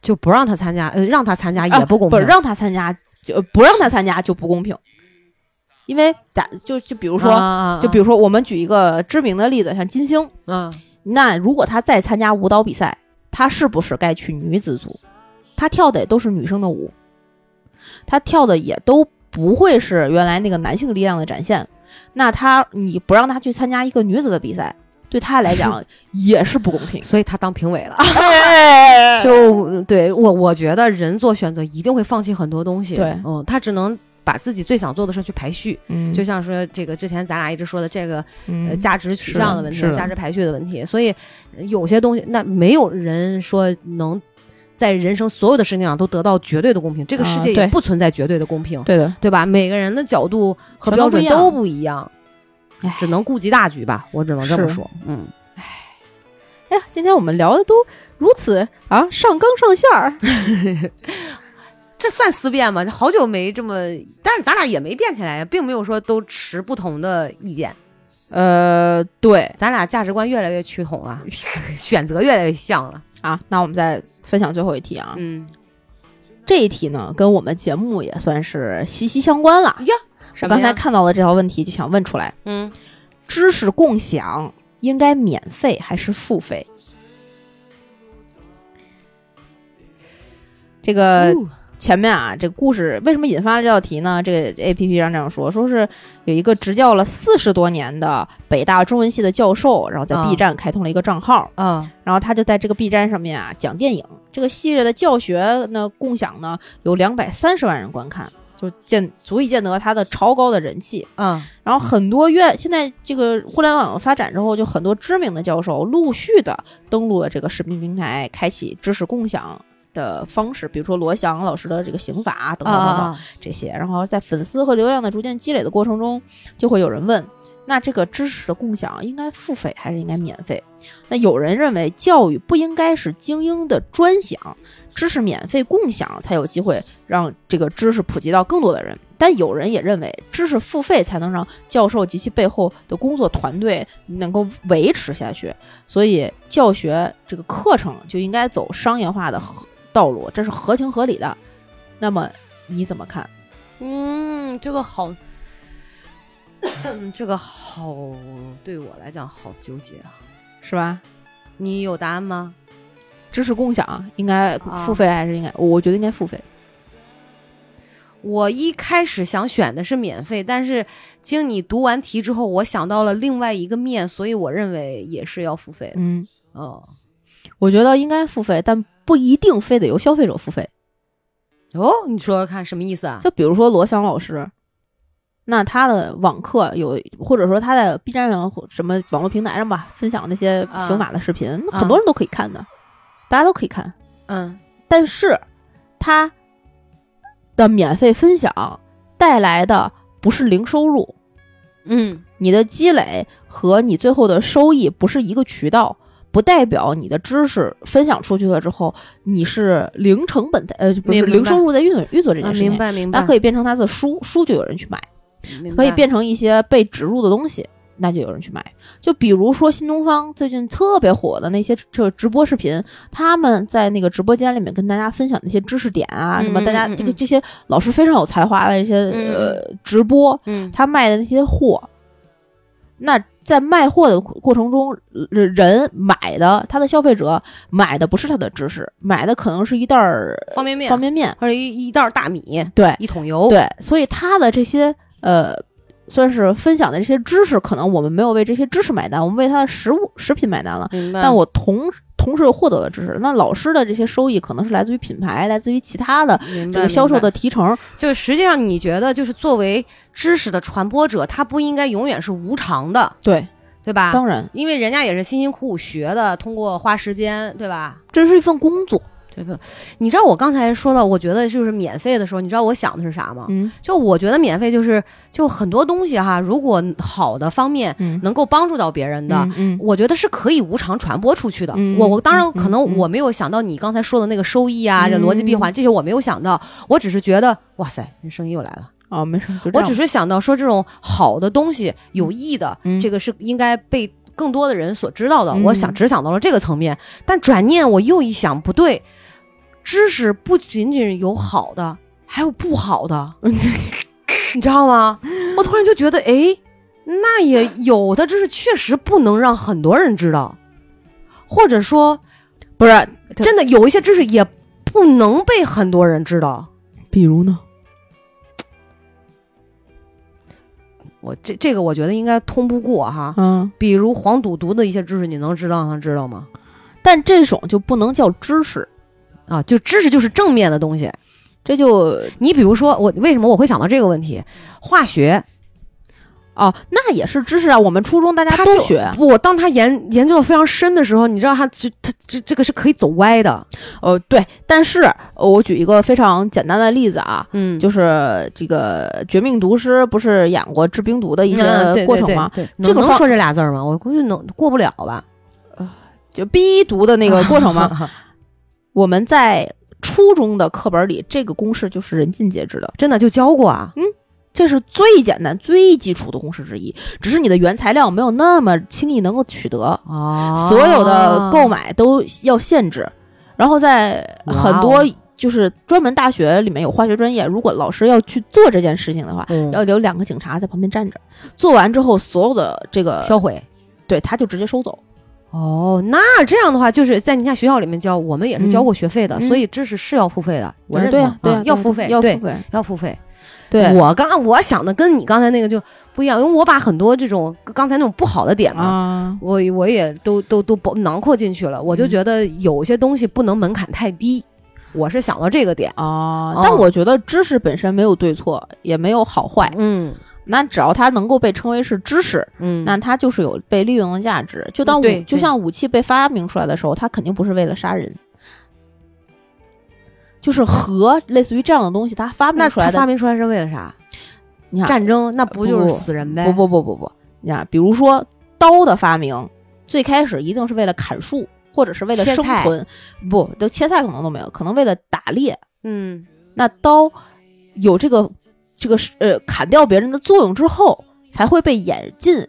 Speaker 2: 就不让他参加，呃，让他参加
Speaker 1: 啊
Speaker 2: 也不公平。
Speaker 1: 不让他参加就呃不让他参加就不公平，因为假就就比如
Speaker 2: 啊
Speaker 1: 说，就比
Speaker 2: 如
Speaker 1: 如说我们举一个知名的例子，像金星，
Speaker 2: 啊，
Speaker 1: 那如果他再参加舞蹈比赛，他是不是该去女子组？他跳的也都是女生的舞，他跳的也都不会是原来那个男性力量的展现。那他你不让他去参加一个女子的比赛，对他来 讲也是不公平。
Speaker 2: 所以他当评委 了。
Speaker 1: 哎
Speaker 2: 就对我，我觉得人做选择一定会放弃很多东西。
Speaker 1: 对
Speaker 2: 嗯，他只能把自己最想做的事儿去排序。
Speaker 1: 嗯
Speaker 2: 就像说这个之前咱俩一直说的这个呃
Speaker 1: 嗯
Speaker 2: 价值取
Speaker 1: 是
Speaker 2: 向
Speaker 1: 的
Speaker 2: 的问题
Speaker 1: 是，的
Speaker 2: 价值排序的问题。所以呃有些东西，那没有人说能在人生所有的事情上都得到绝对的公平，这个世
Speaker 1: 啊
Speaker 2: 界也
Speaker 1: 对
Speaker 2: 不存在绝对的公平，
Speaker 1: 对的，
Speaker 2: 对吧？每个人的角度和
Speaker 1: 全
Speaker 2: 标
Speaker 1: 都不
Speaker 2: 准
Speaker 1: 一样
Speaker 2: 都不一样
Speaker 1: 唉，
Speaker 2: 只能顾及大局吧，我只能这么
Speaker 1: 是
Speaker 2: 说。嗯，
Speaker 1: 哎呀，今天我们聊的都如此啊，上纲上线儿。
Speaker 2: 这算思辨吗？好久没这么，但是咱俩也没变起来，并没有说都持不同的意见，
Speaker 1: 呃，对
Speaker 2: 咱俩价值观越来越趋同 了，选择越来越像了。
Speaker 1: 啊，那我们再分享最后一题啊。
Speaker 2: 嗯，
Speaker 1: 这一题呢，跟我们节目也算是息息相关了。我
Speaker 2: 什么
Speaker 1: 刚
Speaker 2: 哎
Speaker 1: 才
Speaker 2: 呀？
Speaker 1: 看到了这条问题，就想问出来：
Speaker 2: 嗯，
Speaker 1: 知识共享应该免费还是付费？这
Speaker 2: 呃嗯
Speaker 1: 个前面啊，这个故事为什么引发了这道题呢？这个 A P P 上这样说，说是有一个执教了四十多年的北大中文系的教授，然后在
Speaker 2: 啊
Speaker 1: B 站开通了一个账号，
Speaker 2: 啊，
Speaker 1: 然后他就在这个 B 站上面啊讲电影这个系列的教学呢共享呢有两百三十万人观看，就见足以见得他的超高的人气。
Speaker 2: 嗯，
Speaker 1: 然后很多院现在这个互联网发展之后，就很多知名的教授陆续的登录了这个视频平台，开启知识共享。的方式，比如说罗翔老师的这个刑法等等等等
Speaker 2: 啊
Speaker 1: 这些，然后在粉丝和流量的逐渐积累的过程中，就会有人问，那这个知识的共享应该付费还是应该免费？那有人认为教育不应该是精英的专享，知识免费共享才有机会让这个知识普及到更多的人。但有人也认为，知识付费才能让教授及其背后的工作团队能够维持下去，所以教学这个课程就应该走商业化的合道路，这是合情合理的。那么你怎么看？
Speaker 2: 嗯，这个好，这个好，对我来讲好纠结啊。
Speaker 1: 是吧？
Speaker 2: 你有答案吗？
Speaker 1: 知识共享应该
Speaker 2: 啊嗯
Speaker 1: 付费还是应该？我觉得应该付费。
Speaker 2: 我一开始想选的是免费，但是经你读完题之后，我想到了另外一个面，所以我认为也是要付费的。
Speaker 1: 嗯，
Speaker 2: 哦
Speaker 1: 我觉得应该付费，但不一定非得由消费者付费。
Speaker 2: 哦，你说说看什么意思啊？
Speaker 1: 就比如说罗翔老师，那他的网课有，或者说他在 B 站上或什么网络平台上吧，分享那些
Speaker 2: 啊
Speaker 1: 刑法的视频，那
Speaker 2: 啊
Speaker 1: 很多人都可以看的，大家都可以看。
Speaker 2: 嗯
Speaker 1: 但是他的免费分享带来的不是零收入，
Speaker 2: 嗯
Speaker 1: 你的积累和你最后的收益不是一个渠道，不代表你的知识分享出去了之后，你是零成本的，呃，不是
Speaker 2: 明白
Speaker 1: 零收入在运作运作这件
Speaker 2: 啊，
Speaker 1: 事情
Speaker 2: 明。白明白，
Speaker 1: 它可以变成它的书，书就有人去买；
Speaker 2: 明白
Speaker 1: 可以变成一些被植入的东西，那就有人去买。就比如说新东方最近特别火的那些这直播视频，他们在那个直播间里面跟大家分享那些知识点啊，
Speaker 2: 嗯
Speaker 1: 什么大家
Speaker 2: 嗯嗯
Speaker 1: 这个
Speaker 2: 嗯
Speaker 1: 这些老师非常有才华的一些
Speaker 2: 嗯
Speaker 1: 呃直播，
Speaker 2: 嗯
Speaker 1: 他卖的那些货，那在卖货的过程中，呃人买的他的消费者买的不是他的知识，买的可能是一袋儿
Speaker 2: 方便面哦
Speaker 1: 方便面，
Speaker 2: 或者一一袋大米，
Speaker 1: 对
Speaker 2: 一桶油，
Speaker 1: 对，所以他的这些呃，算是分享的这些知识，可能我们没有为这些知识买单，我们为他的食物食品买单了，
Speaker 2: 明白。
Speaker 1: 但我同同时又获得了知识。那老师的这些收益可能是来自于品牌，来自于其他的
Speaker 2: 明白
Speaker 1: 这个销售
Speaker 2: 明白
Speaker 1: 的提成，
Speaker 2: 就是实际上，你觉得就是作为知识的传播者，他不应该永远是无偿的，
Speaker 1: 对，
Speaker 2: 对吧？
Speaker 1: 当然
Speaker 2: 因为人家也是辛辛苦苦学的，通过花时间，对吧？
Speaker 1: 这是一份工作，
Speaker 2: 这个，你知道我刚才说到，我觉得就是免费的时候，你知道我想的是啥吗？
Speaker 1: 嗯
Speaker 2: 就我觉得免费就是就很多东西哈，如果好的方面
Speaker 1: 嗯
Speaker 2: 能够帮助到别人的，
Speaker 1: 嗯嗯
Speaker 2: 我觉得是可以无偿传播出去的。
Speaker 1: 嗯
Speaker 2: 我我当然可
Speaker 1: 嗯嗯
Speaker 2: 能我没有想到你刚才说的那个收益啊，
Speaker 1: 嗯
Speaker 2: 这逻辑闭环这些我没有想到，我只是觉得哇塞，人生意又来了。
Speaker 1: 哦，没事，就这
Speaker 2: 我
Speaker 1: 样
Speaker 2: 只
Speaker 1: 吧
Speaker 2: 是想到说这种好的东西、有益的，
Speaker 1: 嗯
Speaker 2: 这个是应该被更多的人所知道的。
Speaker 1: 嗯
Speaker 2: 我想只想到了这个层面，但转念我又一想，不对，知识不仅仅有好的，还有不好的，你知道吗？我突然就觉得，哎，那也有的知识确实不能让很多人知道，或者说，
Speaker 1: 不是，对
Speaker 2: 真的有一些知识也不能被很多人知道。
Speaker 1: 比如呢？
Speaker 2: 我这这个我觉得应该通不过哈，
Speaker 1: 嗯，
Speaker 2: 比如黄赌毒的一些知识，你能知道能知道吗？
Speaker 1: 但这种就不能叫知识，
Speaker 2: 啊，就知识就是正面的东西。
Speaker 1: 这就
Speaker 2: 你比如说，我为什么我会想到这个问题？化学
Speaker 1: 哦，那也是知识啊。我们初中大家
Speaker 2: 它
Speaker 1: 都
Speaker 2: 就
Speaker 1: 学，
Speaker 2: 不，当它研研究的非常深的时候，你知道它这它这这个是可以走歪的。
Speaker 1: 呃，对。但是、呃我举一个非常简单的例子啊，
Speaker 2: 嗯就
Speaker 1: 就是这个《绝命毒师》不是演过制冰毒的一些过程吗？？
Speaker 2: 嗯对，
Speaker 1: 能
Speaker 2: 这个
Speaker 1: 能
Speaker 2: 能说这俩字儿吗？我估计能过不了 吧。
Speaker 1: 就逼毒的那个过程 吗？？我们在初中的课本里，这个公式就是人尽皆知的，
Speaker 2: 真的就教过啊？
Speaker 1: 嗯这是最简单、最基础的公式之一。只是你的原材料没有那么轻易能够取得，
Speaker 2: 哦
Speaker 1: 所有的购买都要限制。然后在
Speaker 2: 哇哦
Speaker 1: 很多就是专门大学里面有化学专业，如果老师要去做这件事情的话，
Speaker 2: 嗯
Speaker 1: 要有两个警察在旁边站着。做完之后，所有的这个
Speaker 2: 呃销毁。
Speaker 1: 对他就直接收走。
Speaker 2: 哦，那这样的话，就是在人家学校里面教，我们也是交过学费的，
Speaker 1: 嗯
Speaker 2: 所以知识是要付费的。我
Speaker 1: 我说
Speaker 2: 认
Speaker 1: 对
Speaker 2: 同
Speaker 1: 啊，对啊
Speaker 2: 嗯，
Speaker 1: 对
Speaker 2: 要
Speaker 1: 啊
Speaker 2: 付费，
Speaker 1: 要
Speaker 2: 对
Speaker 1: 付费，
Speaker 2: 要付费。
Speaker 1: 对啊
Speaker 2: 我刚我想的跟你刚才那个就不一样，因为我把很多这种刚才那种不好的点嘛，
Speaker 1: 啊，
Speaker 2: 我我也都都都包囊括进去了。我就
Speaker 1: 嗯
Speaker 2: 觉得有些东西不能门槛太低，我是想到这个点。
Speaker 1: 啊
Speaker 2: 哦，
Speaker 1: 但我觉得知识本身没有对错，也没有好坏。
Speaker 2: 嗯
Speaker 1: 那只要它能够被称为是知识，
Speaker 2: 嗯，
Speaker 1: 那它就是有被利用的价值。就当武
Speaker 2: 对，
Speaker 1: 就
Speaker 2: 对
Speaker 1: 像武器被发明出来的时候，它肯定不是为了杀人。就是核类似于这样的东西，它发明
Speaker 2: 那
Speaker 1: 出来
Speaker 2: 他发
Speaker 1: 的，
Speaker 2: 明出来是为了啥？
Speaker 1: 你看
Speaker 2: 战争那不就是死人呗？
Speaker 1: 不不不不不，你看，比如说刀的发明，最开始一定是为了砍树，或者是为了
Speaker 2: 切
Speaker 1: 生
Speaker 2: 菜
Speaker 1: 存，不，都切菜可能都没有，可能为了打猎。
Speaker 2: 嗯，
Speaker 1: 那刀有这个这个是呃砍掉别人的作用之后，才会被演进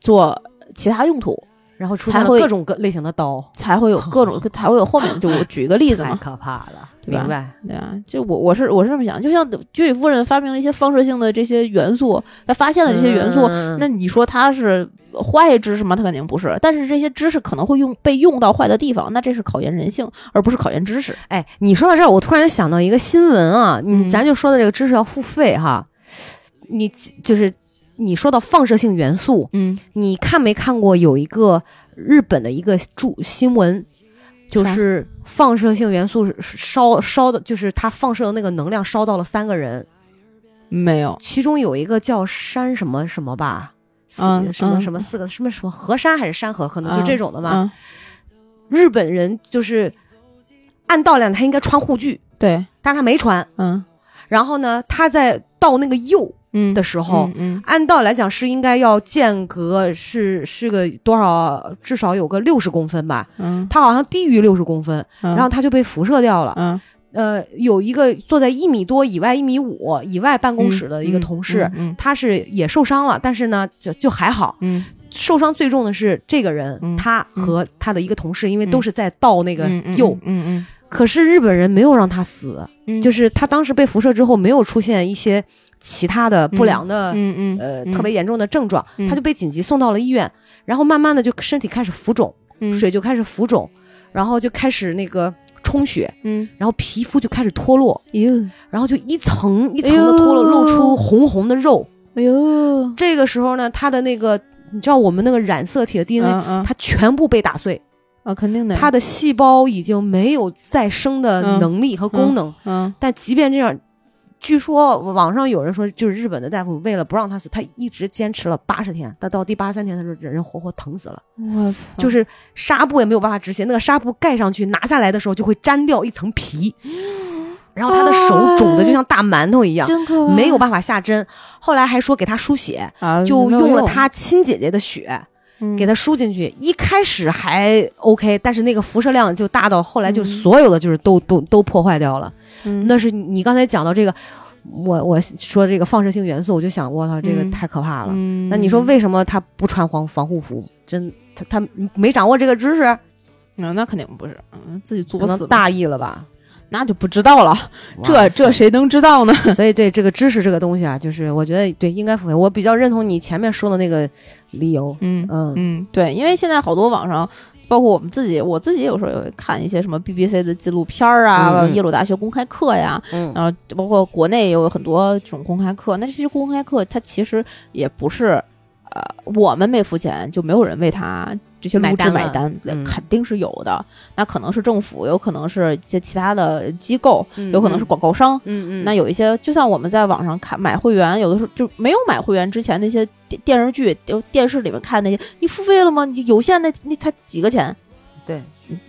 Speaker 1: 做其他用途，
Speaker 2: 然后出现了
Speaker 1: 才会
Speaker 2: 各种各类型的刀，
Speaker 1: 才 会有各种才会有后面。就我举一个例子
Speaker 2: 太
Speaker 1: 嘛，
Speaker 2: 可怕了，
Speaker 1: 对吧
Speaker 2: 明白？
Speaker 1: 对啊，就我我是我是这么想，就像居里夫人发明了一些放射性的这些元素，她发现了这些元素，
Speaker 2: 嗯
Speaker 1: 那你说它是坏知识吗？它肯定不是，但是这些知识可能会用被用到坏的地方，那这是考验人性，而不是考验知识。
Speaker 2: 哎，你说到这儿，我突然想到一个新闻啊，你、
Speaker 1: 嗯
Speaker 2: 咱就说的这个知识要付费哈，你就是你说到放射性元素，
Speaker 1: 嗯，
Speaker 2: 你看没看过有一个日本的一个注新闻，就
Speaker 1: 啥
Speaker 2: 是放射性元素是烧烧的，就是它放射的那个能量烧到了三个人，
Speaker 1: 没有，
Speaker 2: 其中有一个叫山什么什么吧。四
Speaker 1: 嗯
Speaker 2: 什么
Speaker 1: 嗯
Speaker 2: 什么四个什么什么河山还是山河，可能就这种的嘛。
Speaker 1: 嗯，
Speaker 2: 日本人就是按道理讲他应该穿护具，
Speaker 1: 对，
Speaker 2: 但是他没穿，
Speaker 1: 嗯
Speaker 2: 然后呢，他在到那个右
Speaker 1: 嗯
Speaker 2: 的时候，
Speaker 1: 嗯
Speaker 2: 按道理来讲是应该要间隔是是个多少，至少有个六十公分吧。
Speaker 1: 嗯，
Speaker 2: 他好像低于六十公分，
Speaker 1: 嗯
Speaker 2: 然后他就被辐射掉了。
Speaker 1: 嗯，
Speaker 2: 呃，有一个坐在一米多以外、一米五以外办公室的一个同事，
Speaker 1: 嗯
Speaker 2: 他是也受伤了，但是呢，就就还好。
Speaker 1: 嗯
Speaker 2: 受伤最重的是这个人，
Speaker 1: 嗯
Speaker 2: 他和他的一个同事，因为都
Speaker 1: 嗯
Speaker 2: 是在到那
Speaker 1: 那
Speaker 2: 个右，
Speaker 1: 嗯嗯
Speaker 2: 可是日本人没有让他死，
Speaker 1: 嗯
Speaker 2: 就是他当时被辐射之后没有出现一些其他的不良的、
Speaker 1: 嗯嗯
Speaker 2: 呃
Speaker 1: 嗯
Speaker 2: 特别严重的症状，
Speaker 1: 嗯
Speaker 2: 他就被紧急送到了医院，然后慢慢的就身体开始浮肿，
Speaker 1: 嗯
Speaker 2: 呃水就开始浮肿，然后就开始那个充血，
Speaker 1: 嗯
Speaker 2: 然后皮肤就开始脱落，
Speaker 1: 哟
Speaker 2: 然后就一层一层的脱落，
Speaker 1: 哎呦
Speaker 2: 露出红红的肉。
Speaker 1: 哎呦，
Speaker 2: 这个时候呢，他的那个你知道我们那个染色体的 DNA，、
Speaker 1: 啊
Speaker 2: 它全部被打碎，
Speaker 1: 啊肯定的，
Speaker 2: 它的细胞已经没有再生的能力和功能。
Speaker 1: 嗯
Speaker 2: 但即便这样，据说网上有人说，就是日本的大夫为了不让他死，他一直坚持了八十天，但到第八十三天，他说人活活疼死了，
Speaker 1: 我操，
Speaker 2: 就是是纱布也没有办法止血，那个纱布盖上去拿下来的时候就会粘掉一层 皮，然后他的手肿的就像大馒头一样。
Speaker 1: 真可怕，
Speaker 2: 没有办法下针，后来还说给他输血，
Speaker 1: 啊
Speaker 2: 就用了他亲姐姐的血给
Speaker 1: 他
Speaker 2: 他输进去。一开始还 OK，但是那个辐射量就大到后来就
Speaker 1: 嗯
Speaker 2: 所有的就是都都都破坏掉了。
Speaker 1: 那
Speaker 2: 那是你刚才讲到这个，我我说这个放射性元素，我就想，我操，这个
Speaker 1: 嗯
Speaker 2: 太可怕了。
Speaker 1: 嗯
Speaker 2: 那你说为什么他不穿防防护服？真他他没掌握这个知识，
Speaker 1: 啊那肯定不是，嗯自己作
Speaker 2: 可
Speaker 1: 死
Speaker 2: 能
Speaker 1: 吧
Speaker 2: 大意了吧？
Speaker 1: 那就不知道了，
Speaker 2: 哇
Speaker 1: 这
Speaker 2: 塞
Speaker 1: 这谁能知道呢？
Speaker 2: 所以对这个知识这个东西啊，就是我觉得对应该付费。我比较认同你前面说的那个理由，
Speaker 1: 嗯
Speaker 2: 嗯
Speaker 1: 嗯，对，因为现在好多网上，包括我们自己，我自己有时候也会看一些什么 BBC 的纪录片儿啊，
Speaker 2: 嗯嗯
Speaker 1: 耶鲁大学公开课呀，
Speaker 2: 嗯
Speaker 1: 然后包括国内也有很多这种公开课。那这些公开课，它其实也不是，呃，我们没付钱，就没有人为它这些录制
Speaker 2: 买
Speaker 1: 买
Speaker 2: 单了
Speaker 1: 单，
Speaker 2: 嗯
Speaker 1: 肯定是有的。那可能是政府，有可能是一些其他的机构，有可能是广告商，
Speaker 2: 嗯嗯嗯，
Speaker 1: 那
Speaker 2: 有
Speaker 1: 有一些，就像我们在网上看买会员，有的时候就没有买会员之前那些电电视剧、就电视里面看那些，你付费了吗？你有线的那才几个钱？
Speaker 2: 对，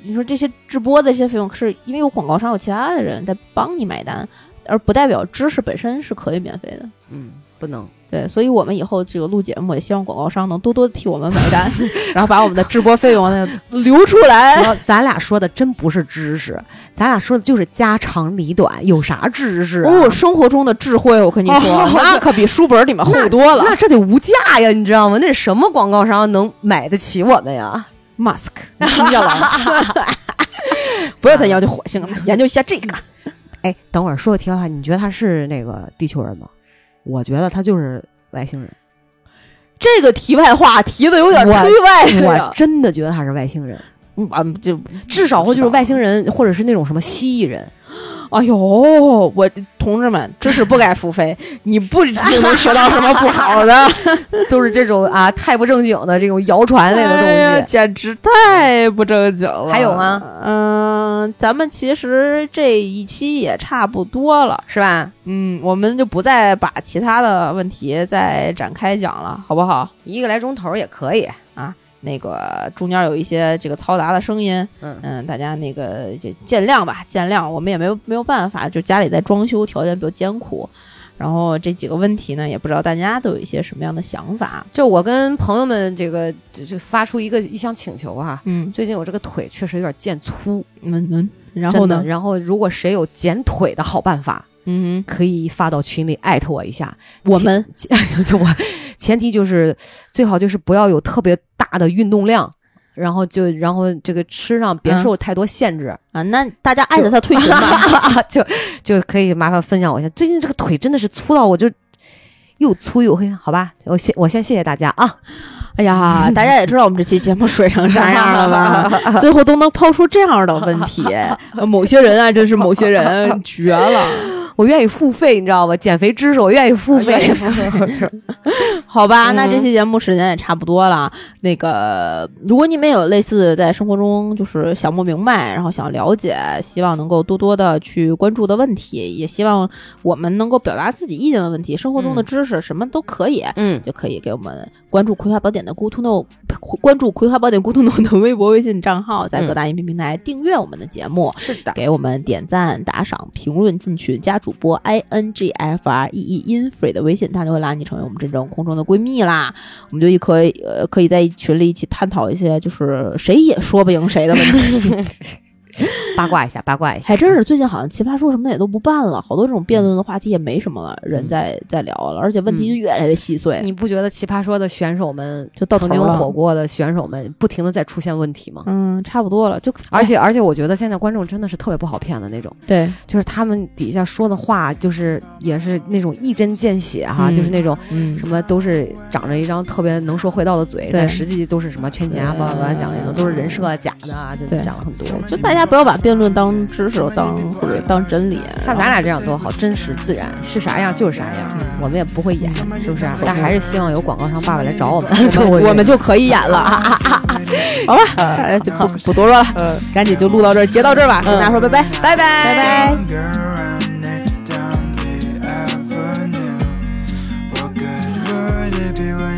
Speaker 1: 你说这些直播的这些费用，是因为有广告商、有其他的人在帮你买单，而不代表知识本身是可以免费的。
Speaker 2: 嗯不 能。
Speaker 1: 对，所以我们以后这个录节目，也希望广告商能多多替我们买单， 然后把我们的直播费用呢 留出来。
Speaker 2: 然后咱俩说的真不是知识，咱俩说的就是家长里短，有啥知识啊？
Speaker 1: 哦，生活中的智慧，我跟你说，
Speaker 2: 哦
Speaker 1: 那可比书本里面厚多了。
Speaker 2: 那这得无价呀，你知道吗？那什么广告商能买得起我们 呀？
Speaker 1: Musk，你听见了吗？不要再研究火星了，嗯研究一下这个。
Speaker 2: 哎，等会儿说个题外话，你觉得他是那个地球人吗？我觉得他就是外星人，
Speaker 1: 这个题外话提的有点
Speaker 2: 我
Speaker 1: 忒外了
Speaker 2: 我
Speaker 1: 呀。
Speaker 2: 真的觉得他是外星人，
Speaker 1: 嗯啊，就
Speaker 2: 至少会就是外星人，或者是那种什么蜥蜴 人。
Speaker 1: 哎呦，我同志们，知识不该付费， 你不一定能学到什么不 好的
Speaker 2: 都是这种啊太不正经的这种谣传类的东西。
Speaker 1: 哎呀简直太不正经了。
Speaker 2: 还有吗？
Speaker 1: 嗯、咱们其实这一期也差不多了，
Speaker 2: 是吧？
Speaker 1: 嗯，我们就不再把其他的问题再展开讲了，好不好？
Speaker 2: 一个来钟头也可以，
Speaker 1: 那个中间有一些这个嘈杂的声音，
Speaker 2: 嗯
Speaker 1: 嗯，大家那个就见谅吧，见谅，我们也没有没有办法，就家里在装修，条件比较艰苦。然后这几个问题呢，也不知道大家都有一些什么样的想法。
Speaker 2: 就我跟朋友们这个就就发出一个一项请求哈、
Speaker 1: 嗯
Speaker 2: 最近我这个腿确实有点见粗，
Speaker 1: 嗯嗯，然后
Speaker 2: 真
Speaker 1: 呢
Speaker 2: 的？然后如果谁有减腿的好办法，
Speaker 1: 嗯
Speaker 2: 可以发到群里艾特我一下。
Speaker 1: 哼，我们
Speaker 2: 前 就我前提就是最好就是不要有特别大的运动量，然后就然后这个吃上别
Speaker 1: 嗯
Speaker 2: 受太多限制， 啊
Speaker 1: 啊，那大家艾特他退群吧。
Speaker 2: 就就可以麻烦分享我一下。最近这个腿真的是粗到我就又粗又黑，好吧？我先我先谢谢大家啊！
Speaker 1: 哎呀，大家也知道我们这期节目水成啥样了吧？ 最后都能抛出这样的问题，呃某些人啊，真是某些人绝了。
Speaker 2: 我愿意付费，你知道吧？减肥知识我愿意付费，
Speaker 1: 愿意
Speaker 2: 付 费。
Speaker 1: 好吧，那
Speaker 2: 嗯
Speaker 1: 这期节目时间也差不多了。那个，如果你们有类似在生活中就是想不明白，然后想了解，希望能够多多的去关注的问题，也希望我们能够表达自己意见的问题，生活中的
Speaker 2: 嗯
Speaker 1: 知识什么都可以。
Speaker 2: 嗯，
Speaker 1: 就可以给我们关注《葵花宝典》的 Good to Know，关 注《葵花宝典》Good to Know 的微博、微信账号，在各大音频平台订阅我们的节目，
Speaker 2: 是的，
Speaker 1: 给我们点赞、打赏、评论、进群、加主播 i n g f r e e in free 的微信，她就会拉你成为我们真正空中的闺蜜啦。我们就一可以 呃可以在群里一起探讨一些就是谁也说不赢谁的问题。
Speaker 2: 八卦一下，八卦一下，
Speaker 1: 还哎真是最近好像奇葩说什么的也都不办了，好多这种辩论的话题也没什么了，人在在聊了，而且问题就越来越细碎。
Speaker 2: 你不觉得奇葩说的选手们
Speaker 1: 就到头
Speaker 2: 曾
Speaker 1: 了
Speaker 2: 经火过的选手们，不停的在出现问题吗？
Speaker 1: 嗯，差不多了，就哎
Speaker 2: 而且而且，我觉得现在观众真的是特别不好骗的那种，
Speaker 1: 对，
Speaker 2: 就是他们底下说的话，就是也是那种一针见血哈、
Speaker 1: 嗯
Speaker 2: 就是那种
Speaker 1: 嗯
Speaker 2: 什么都是长着一张特别能说会道的嘴，
Speaker 1: 对
Speaker 2: 但实际都是什么圈钱啊、
Speaker 1: 对
Speaker 2: 叭叭叭讲那种，都是人设啊、假的啊，就
Speaker 1: 对
Speaker 2: 讲了很多。
Speaker 1: 就大家不要把辩论当知识当或者当真理，
Speaker 2: 像咱俩这样多好，真实自然，是啥样就是啥样，我们也不会演，是不是、啊？但还是希望有广告商爸爸来找我们，
Speaker 1: 我们我们
Speaker 2: 就
Speaker 1: 就可以演 了，好吧，呃就不不多说了，赶紧就录到这儿，截到这儿吧，跟大家说拜拜，拜拜，嗯拜拜。
Speaker 3: Some girl round neck down the avenue. What good would it be when